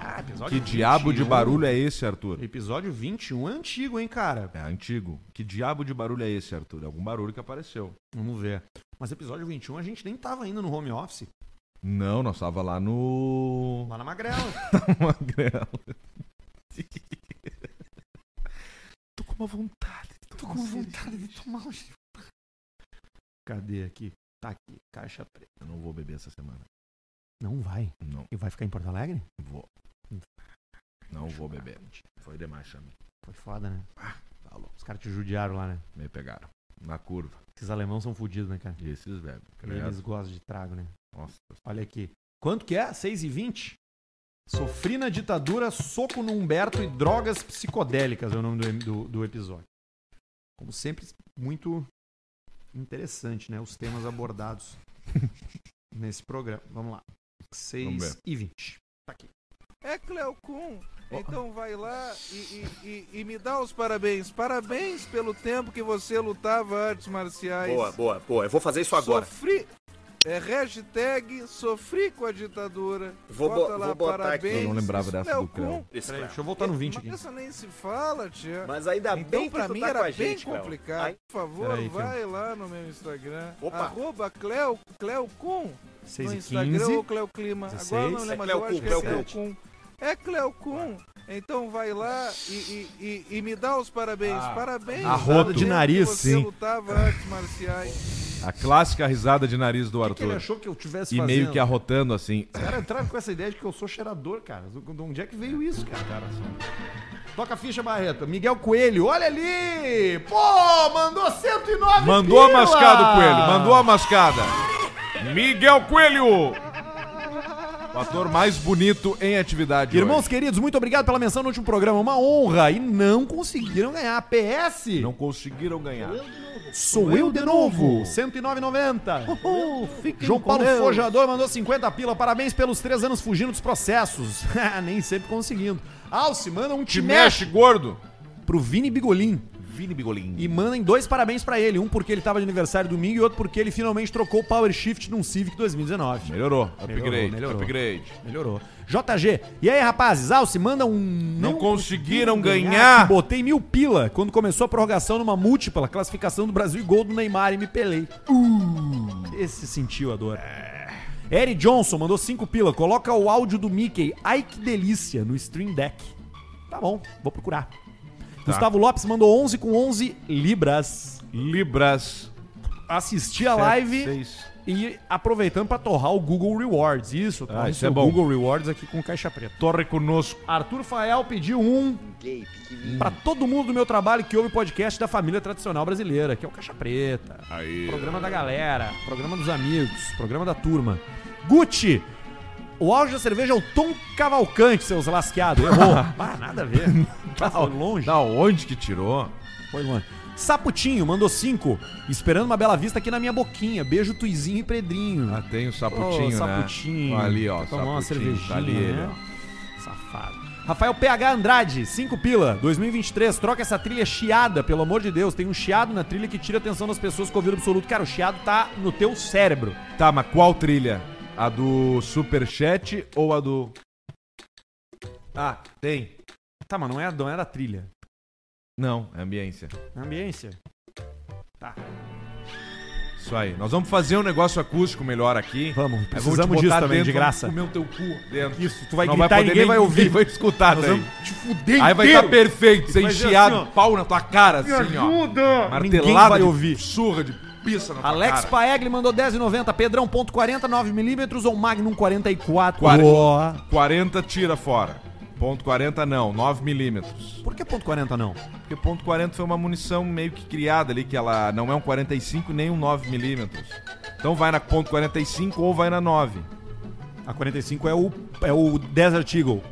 C: Ah, episódio
B: Que diabo de
C: 21.
B: barulho é esse, Arthur?
C: Episódio 21 é antigo, hein, cara?
B: É antigo. Que diabo de barulho é esse, Arthur? Algum barulho que apareceu.
C: Vamos ver. Mas episódio 21 a gente nem tava ainda no home office.
B: Não, nós tava lá no.
C: Lá na Magrela.
B: Magrela. Tô com uma vontade.
C: Tô com vontade de tomar um... Cadê aqui? Tá aqui, caixa preta.
B: Eu não vou beber essa semana.
C: Não vai.
B: Não
C: E vai ficar em Porto Alegre?
B: vou. Não vou beber. Foi demais, chama.
C: Foi foda, né? Os caras te judiaram lá, né?
B: Me pegaram. Na curva.
C: Esses alemãos são fodidos, né, cara?
B: E esses velhos.
C: E
B: credo.
C: eles gostam de trago, né?
B: Nossa.
C: Olha aqui. Quanto que é? 6,20? Sofri na ditadura, soco no Humberto e drogas psicodélicas é o nome do, do, do episódio. Como sempre, muito interessante, né? Os temas abordados nesse programa. Vamos lá.
B: Vamos
C: 6
B: ver.
C: e 20.
I: É Cleocum. Então vai lá e, e- e- e me dá os parabéns. Parabéns pelo tempo que você lutava artes marciais.
J: Boa, boa, boa. Eu vou fazer isso agora.
I: Sofri. É hashtag sofri com a ditadura.
J: Vou bo-
I: Bota lá,
J: vou botar aqui.
I: parabéns.
B: Eu não lembrava dessa do
I: Cleocum.
J: Isso,
C: Peraí,
J: Cleo.
C: deixa eu voltar no 20
I: Mas
C: aqui.
I: essa nem se fala, tia.
J: é Mas ainda
I: então
J: bem
I: pra
J: que tu
I: mim
J: tá
I: era
J: com a
I: bem
J: gente, Cleo.
I: complicado.
J: Ai,
I: Por favor,
C: Peraí,
I: vai lá no meu Instagram.
J: Opa.
I: Arroba Cleo, Cleocum. No
C: 6 e
I: Instagram
C: 15.
I: ou Cleoclima. Agora
C: 16.
I: não
J: É
I: lembro, mas eu
J: Cleocum,
I: acho que é
J: Cleocum.
I: Cleocum. É Cleocum. Então vai lá e, e- e- e me dá os parabéns. parabéns.
C: a roda
I: pelo
C: de
I: tempo
C: nariz,
I: que
C: sim.
I: Você lutava artes marciais.
B: A clássica risada de nariz do
C: O que que ele
B: Arthur.
C: achou que eu tivesse
B: e
C: fazendo?
B: meio que arrotando assim.
C: Os caras entraram com essa ideia de que eu sou cheirador, cara. De onde é que veio isso, cara? assim. Toca a ficha, Barreto. Miguel Coelho, olha ali! Pô, mandou 109
B: Mandou a
C: pila!
B: mascada, Coelho. Mandou a mascada. Miguel Coelho. O ator mais bonito em atividade.
C: Irmãos queridos, muito obrigado pela menção no último programa. Uma honra. E não conseguiram ganhar. PS,
B: hoje. não conseguiram ganhar.
C: sou eu de novo. 109,90. João Paulo Fojador mandou 50 pila. Parabéns pelos três anos fugindo dos processos. Nem sempre conseguindo. Alce, manda um
B: Te
C: te
B: mexe, gordo.
C: pro Vini Bigolim.
B: Vini Bigolim.
C: E mandem dois parabéns pra ele. Um porque ele tava de aniversário domingo e outro porque ele finalmente trocou o Power Shift num Civic 2019.
B: Melhorou. Upgrade.
C: Melhorou, melhorou.
B: Upgrade.
C: Melhorou. JG. E aí, rapazes? Alce, manda um.
B: Não conseguiram ganhar.
C: Ah, Botei mil pila quando começou a prorrogação numa múltipla classificação do Brasil e gol do Neymar e me pelei.
B: Uh.
C: Esse sentiu a dor. Eric Johnson mandou cinco pila. Coloca o áudio do Mickey. Ai que delícia no Stream Deck. Tá bom, vou procurar.
B: Tá.
C: Gustavo Lopes mandou 11 com 11 libras.
B: Libras.
C: Assisti a
B: Sete,
C: live
B: seis.
C: e aproveitando pra torrar o Google Rewards. Isso, torra
B: isso
C: o seu
B: é bom.
C: Google Rewards aqui com caixa preta.
B: Torre conosco.
C: Arthur Fael pediu um pra todo mundo do meu trabalho que ouve o podcast da família tradicional brasileira, que é o Caixa Preta.
B: Aí.
C: Programa da galera, programa dos amigos, programa da turma. Gucci, o auge da cerveja é o Tom Cavalcante, seus lasqueados. Errou. ah, nada a ver. Ah, foi longe.
B: Da onde que tirou?
C: Foi longe. Saputinho mandou cinco, esperando uma bela vista aqui na minha boquinha. Beijo Tuizinho e Pedrinho.
B: Ah, tem o saputinho,
C: Ô,
B: né?
C: Saputinho.
B: Ali, ó.
C: Tomar uma
B: Saputinho.
C: cervejinha,
B: Tá ali
C: né?
B: ele, ó.
C: Safado. Rafael PH Andrade, 5 pila, 2023. Troca essa trilha chiada, pelo amor de Deus. Tem um chiado na trilha que tira a atenção das pessoas com ouvido absoluto. Cara, o chiado tá no teu cérebro.
B: Tá, mas qual trilha? A do Superchat ou a do. Ah, tem.
C: Tá, mas não é, não é da trilha.
B: Não, é ambiência.
C: É ambiência.
B: Isso aí. Nós vamos fazer um negócio acústico melhor aqui.
C: Vamos,
B: Aí vou te
C: precisamos
B: botar
C: disso também,
B: dentro,
C: de
B: vamos
C: graça.
B: Comer o teu cu dentro.
C: Isso, tu vai
B: Não
C: gritar e
B: poder
C: ninguém
B: nem-
C: vai ouvir.
B: vai escutar
C: Nós
B: daí.
C: vamos te fuder
B: Aí vai
C: inteiro.
B: estar perfeito, você
C: Vai dizer
B: enfiado,
C: assim, ó,
B: pau na tua cara, assim, ó.
C: Ninguém
B: Martelada
C: vai
B: de
C: ouvir.
B: surra de pizza na tua
C: Alex
B: Tá cara.
C: Paegli mandou 10,90. Pedrão, ponto 40, 9mm ou Magnum 44.
B: Quar-
C: Ó.
B: 40 tira fora. Ponto .40 não, 9 milímetros.
C: Por que ponto .40 não?
B: Porque ponto .40 foi uma munição meio que criada ali, que ela não é um 45 nem um 9 milímetros. Então vai na ponto .45 ou vai na 9.
C: A 45 é o, é o Desert Eagle.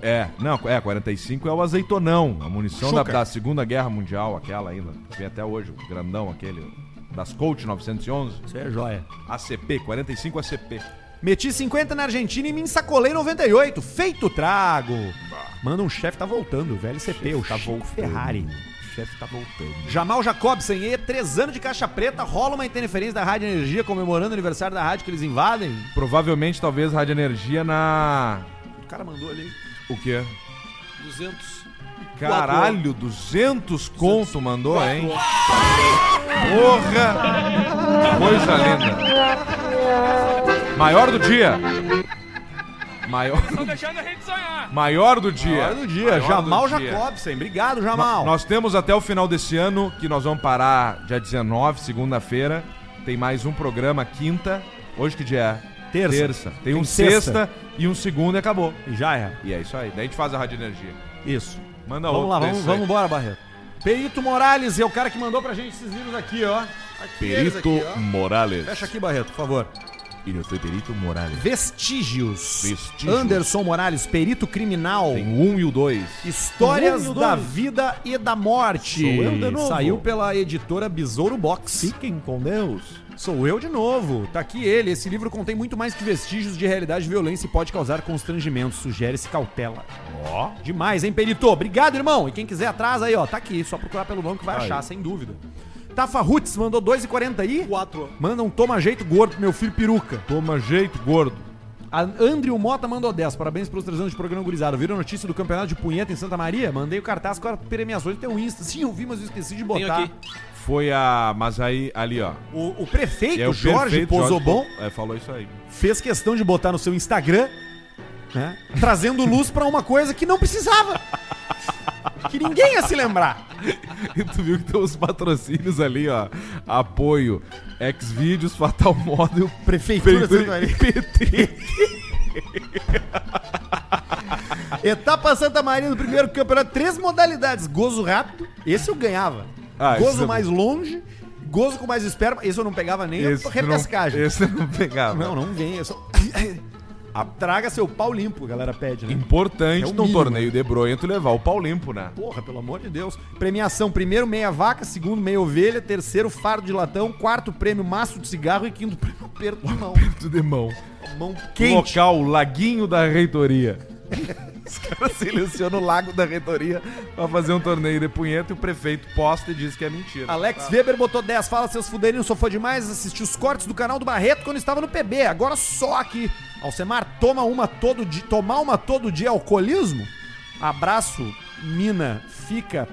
B: É, não, é, 45 é o azeitonão, a munição da,
C: Chuca.
B: da Segunda Guerra Mundial, aquela ainda, que vem até hoje, o grandão aquele, das Colt 911.
C: Isso é joia.
B: ACP, 45 ACP.
C: Meti 50 na Argentina e me ensacolei 98. Feito trago. Manda um chefe tá voltando, o velho CP, o Chico Ferrari.
B: O tá chefe tá voltando.
C: Jamal Jacobsen, e é três anos de caixa preta, rola uma interferência da Rádio Energia comemorando o aniversário da rádio que eles invadem.
B: Provavelmente, talvez, Rádio Energia na...
C: O cara mandou ali.
B: O quê?
E: 200.
B: Caralho, 200 conto mandou, hein? Porra! Coisa linda. Maior do dia. Maior... Maior do dia.
C: Hora do dia,
B: Maior do
C: Jamal
B: dia.
C: Jacobsen. Obrigado,
B: No-
C: Jamal.
B: Nós temos até o final desse ano, que nós vamos parar dia 19, segunda-feira. Tem mais um programa quinta. Hoje que dia é?
C: Terça.
B: Tem,
C: Tem
B: um
C: sexta.
B: sexta. e um segunda e acabou.
C: E Já é.
B: E é isso aí. Daí a gente faz a Rádio Energia.
C: Isso.
B: Manda
C: vamos lá,
B: outro desse
C: vamos,
B: né, aí.
C: vamos embora, Barreto. Perito Morales é o cara que mandou pra gente esses livros aqui, ó.
B: Perito Morales.
C: Fecha aqui, Barreto, por favor.
B: E eu sou Perito Morales.
C: Vestígios.
B: Vestígios.
C: Anderson Morales, perito criminal.
B: Tem um e o dois.
C: Histórias
A: Domínio
C: da
A: dois.
C: vida e da morte.
B: Sou eu de novo.
C: Saiu pela editora Besouro Box.
B: Fiquem com Deus.
C: Sou eu de novo. Tá aqui ele. Esse livro contém muito mais que vestígios de realidade violência e pode causar constrangimento. Sugere-se cautela. Ó. Demais, hein, Perito? Obrigado, irmão. E quem quiser atrás aí, ó, tá aqui. Só procurar pelo nome que vai achar, sem dúvida. Tafa Roots mandou 2,40 aí.
E: Quatro.
C: Manda um toma jeito gordo pro meu filho peruca.
B: Toma jeito, gordo.
C: A Andrew Mota mandou 10. Parabéns pelos três anos de programa gurizada. Viram a notícia do campeonato de punheta em Santa Maria? Mandei o cartaz com as premiações do teu Insta. Sim, eu vi, mas eu esqueci de
E: Tenho
C: botar.
E: aqui.
B: Foi a. Mas aí, ali, ó.
C: O, o prefeito,
B: É o
C: Jorge
B: perfeito, Jorge
C: Pozobon,
B: Po- É, falou isso aí.
C: fez questão de botar no seu Instagram, né, trazendo luz pra uma coisa que não precisava. Que ninguém ia se lembrar.
B: E tu viu que tem os patrocínios ali, ó. Apoio. Xvideos, Fatal Model,
A: Prefeitura de Santa Maria.
B: PT.
C: Etapa Santa Maria no primeiro campeonato, três modalidades. Gozo rápido, esse eu ganhava.
B: Ah,
C: gozo
B: isso é
C: mais longe, gozo com mais esperma, esse eu não pegava nem
B: Esse
C: a
B: tu não,
C: repescagem.
B: esse eu não pegava.
C: Não, não vem, é só... Ah, Traga seu pau limpo, a galera pede, né?
B: Importante
C: É o
B: num
C: mínimo.
B: torneio de bronha tu levar o pau limpo, né?
C: Porra, pelo amor de Deus. Premiação: primeiro meia vaca, segundo meia ovelha, terceiro fardo de latão, quarto prêmio maço de cigarro e quinto prêmio aperto de mão.
B: Tu de mão.
C: Mão quente.
B: Local, Laguinho da Reitoria. Os caras selecionam o Lago da Reitoria pra fazer um torneio de punheta e o prefeito posta e diz que é mentira.
C: Alex Weber botou 10, fala seus fuderinhos, sou fã demais, assisti os cortes do canal do Barreto quando estava no PB, agora só aqui. Alcemar, toma uma todo dia, tomar uma todo dia é alcoolismo? Abraço, mina, fica,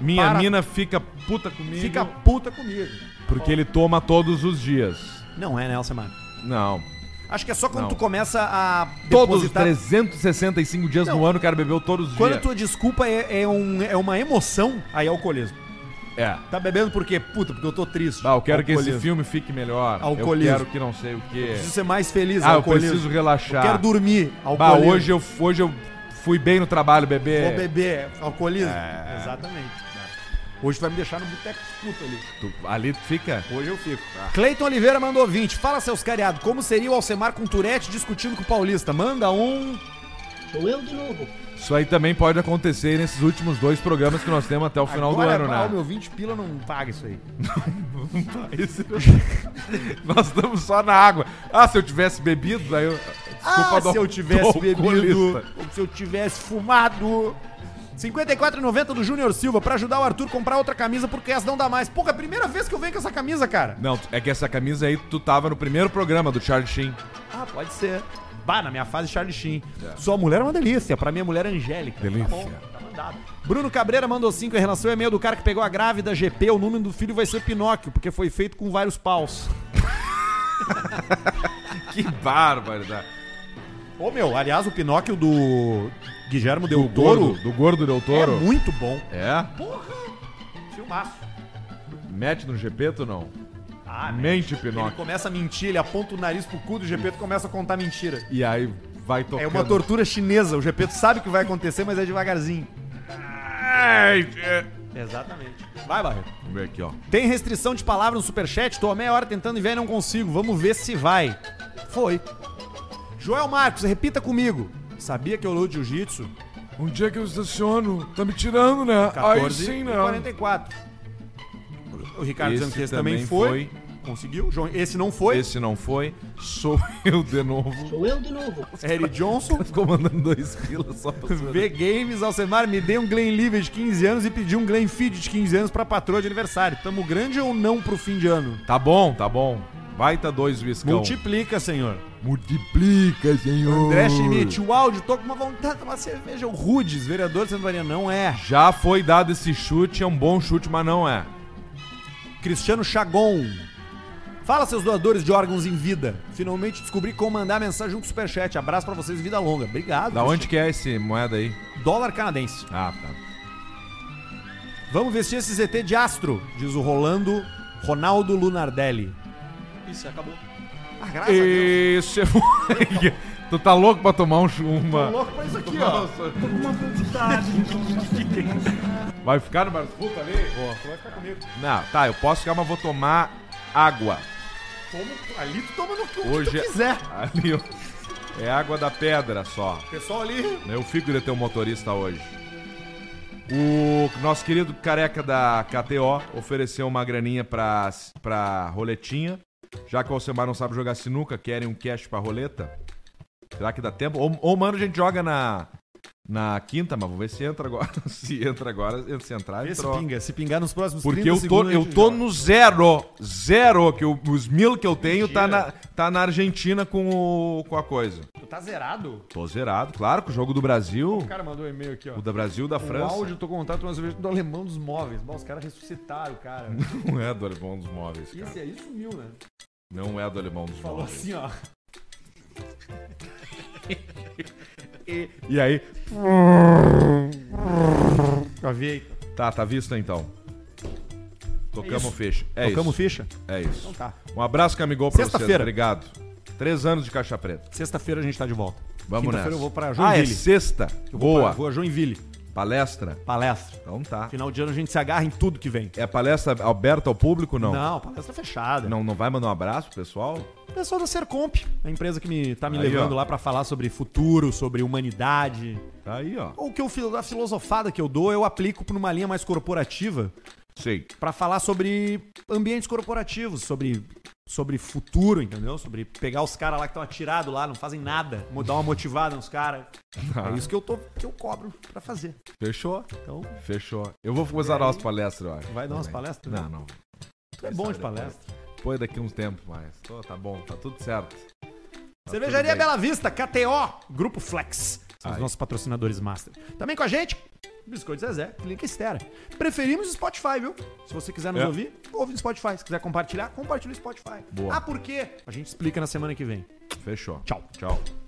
B: Minha
C: Para-
B: mina fica puta comigo.
C: fica puta comigo.
B: Porque ele toma todos os dias.
C: Não é, né, Alcemar?
B: Não.
C: Acho que é só quando
B: Não.
C: tu começa a
B: Todos os
C: depositar-
B: 365 dias
C: Não.
B: no ano o cara bebeu todos os
C: Quando a
B: dias.
C: tua desculpa é, é um- é uma emoção, aí é alcoolismo.
B: É.
C: Tá bebendo por quê? Puta, porque eu tô triste.
B: Ah, eu quero que esse
C: Alcoolismo.
B: filme fique melhor.
C: Alcoolismo.
B: Eu quero que não sei o quê.
C: Preciso ser mais feliz,
B: Ah, eu
C: alcoolismo.
B: preciso relaxar.
C: quero dormir,
B: Bah,
C: alcoolismo.
B: hoje eu, hoje eu fui bem no trabalho, bebê.
C: Vou beber, alcoolismo. Exatamente. né? Hoje tu vai me deixar no boteco puto ali.
B: Tu- ali tu fica.
C: Hoje eu fico. tá? Cleiton Oliveira mandou 20. Fala, seus cariados, como seria o Alcemar com Turete discutindo com o Paulista? Manda um...
K: Sou eu de novo.
B: Isso aí também pode acontecer nesses últimos dois programas que nós temos até o final
C: Agora,
B: do ano,
C: ah,
B: né?
C: o meu 20 pila não paga isso aí.
B: Esse- nós estamos só na água. Ah, se eu tivesse bebido, daí eu.
C: Ah,
B: do-
C: se eu
B: do
C: tivesse bebido,
B: alcoolista.
C: ou se eu tivesse fumado. 54,90 do Júnior Silva pra ajudar o Arthur a comprar outra camisa porque essa não dá mais. Pô, é a primeira vez que eu venho com essa camisa, cara.
B: Não, é que essa camisa aí tu tava no primeiro programa do Charlie Sheen.
C: Ah, pode ser. Bah, na minha fase Charlie Sheen. Sua mulher é uma delícia, pra minha mulher Angélica.
B: Delícia.
C: tá mandado. Bruno Cabreira mandou 5 em relação ao e-mail do cara que pegou a grávida GP, o número do filho vai ser Pinóquio, porque foi feito com vários paus.
B: Que barbaridade.
C: Ô meu, aliás, o Pinóquio do Guilhermo Del
B: Do gordo,
C: Toro
B: do gordo Del
C: é
B: Toro.
C: muito bom.
B: É?
C: Filmaço.
B: Mete no GP, tu não?
C: Ah,
B: Mente,
C: Ele
B: Pinóquio.
C: começa a mentir, ele aponta o nariz pro cu do GP e começa a contar mentira.
B: E aí vai tocando.
C: É uma tortura chinesa. O GP sabe que vai acontecer, mas é devagarzinho. Exatamente. Vai, Barreto.
B: Vamos ver aqui, ó.
C: Tem restrição de palavra no superchat? Tô há meia hora tentando enviar e não consigo. Vamos ver se vai. Foi. Joel Marcos, repita comigo. Sabia que eu luto jiu-jitsu?
L: Um dia que eu estaciono, tá me tirando, né? Aí sim,
C: e
L: né?
C: 44. O Ricardo
B: Esse
C: dizendo que esse também
B: também
C: foi. Conseguiu. João- Esse não foi.
B: Esse não foi. Sou eu de novo.
K: Sou eu de novo.
C: Eric É Johnson.
B: Ficou mandando dois pilas só pra
C: V Games, Alcemar, me dê um Glen Livre de 15 anos e pedi um Glen Feed de 15 anos pra patroa de aniversário. Tamo grande ou não pro fim de ano?
B: Tá bom, tá bom. Baita dois viscão.
C: Multiplica, senhor.
B: Multiplica, senhor.
C: André Schmidt, o áudio, tô com uma vontade de tomar cerveja. O Rudes, vereador de Santa Maria, não é.
B: Já foi dado esse chute, é um bom chute, mas não é.
C: Cristiano Chagon. Fala, seus doadores de órgãos em vida. Finalmente descobri como mandar mensagem no Superchat. Abraço pra vocês, vida longa. Obrigado.
B: Da onde que é esse moeda aí?
C: Dólar canadense.
B: Ah, tá.
C: Vamos vestir esse ZT de astro, diz o Rolando Ronaldo Lunardelli.
E: Isso, acabou.
C: Ah, graças
B: Isso é moleque. Tu tá louco pra tomar um chuma?
C: louco pra isso aqui, ó.
B: Vai ficar no bar puta ali?
C: Tu vai ficar comigo.
B: Não, tá, eu posso ficar, mas vou tomar água.
C: Toma, ali tu toma no que
B: Hoje
C: tu quiser.
B: ali, ó. É água da pedra só.
C: Pessoal ali.
B: Eu fico de ter um motorista hoje. O nosso querido careca da KTO ofereceu uma graninha pra, pra roletinha. Já que o Alcemar não sabe jogar sinuca, querem um cash pra roleta. Será que dá tempo? Ou, ou mano, a gente joga na, na quinta, mas vamos ver se entra agora. se entra agora, se entrar,
C: Vê se
B: entrou.
C: pinga, se pingar nos próximos
B: Porque
C: 30
B: eu tô,
C: segundos, a
B: eu
C: gente
B: tô
C: joga.
B: no zero. Zero. Que eu- os mil que eu tenho tá na, tá na Argentina com, o, com a coisa.
C: Tu tá zerado?
B: Tô zerado, claro, com o jogo do Brasil.
C: O cara mandou um e-mail aqui, ó.
B: O da Brasil da
C: O
B: França.
C: áudio, tô contato uma cerveja do alemão dos móveis. Bom, os caras ressuscitaram, cara.
B: Não é do alemão dos móveis, cara.
C: Esse aí sumiu, né?
B: Não é do alemão dos
C: Falou
B: móveis.
C: assim, ó.
B: E aí.
C: Aviei.
B: Tá, tá visto então. Tocamos
C: isso.
B: o fecha. É
C: Tocamos
B: isso.
C: ficha?
B: É isso.
C: Então tá.
B: Um abraço, Camigol, pra vocês.
C: Sexta-feira.
B: Obrigado. Três anos de caixa preta.
C: Sexta-feira a gente tá de volta.
B: Vamos
C: Quinta-feira
B: nessa.
C: eu vou pra
B: ah, é
C: Joinville.
B: sexta.
C: Eu vou
B: Boa.
C: pra- Vou a Joinville.
B: Palestra.
C: Palestra.
B: Então tá.
C: Final de ano a gente se agarra em tudo que vem.
B: É palestra aberta ao público não?
C: Não, palestra fechada.
B: Não, não vai mandar um abraço, pro pessoal?
C: Pessoal da Sercomp, a empresa que me tá me
B: Aí,
C: levando
B: ó.
C: lá pra falar sobre futuro, sobre humanidade.
B: Tá aí, ó.
C: Ou que eu filo- a filosofada que eu dou, eu aplico pra uma linha mais corporativa
B: Sei.
C: pra falar sobre ambientes corporativos, sobre sobre futuro, entendeu? Sobre pegar os caras lá que estão atirados lá, não fazem nada, mo- dar uma motivada nos caras. É isso que eu tô que eu cobro pra fazer.
B: Fechou?
C: Então,
B: Fechou. Eu vou usar nossa palestra, eu acho.
C: vai dar umas
B: Também.
C: palestras?
B: Não, não.
C: Tu é bom de palestra.
B: Depois daqui uns tempos mais. Tô, tá bom, tá tudo certo. Tá
C: Cervejaria
B: tudo bem.
C: Bela Vista, KTO, Grupo Flex. São os
B: Aí.
C: nossos patrocinadores master. Também com a gente, Biscoito Zezé, Clínica Estera. Preferimos o Spotify, viu? Se você quiser nos
B: É.
C: ouvir, ouve no Spotify. Se quiser compartilhar, compartilha no Spotify.
B: Boa.
C: Ah, por quê? A gente explica na semana que vem.
B: Fechou.
C: Tchau.
B: Tchau.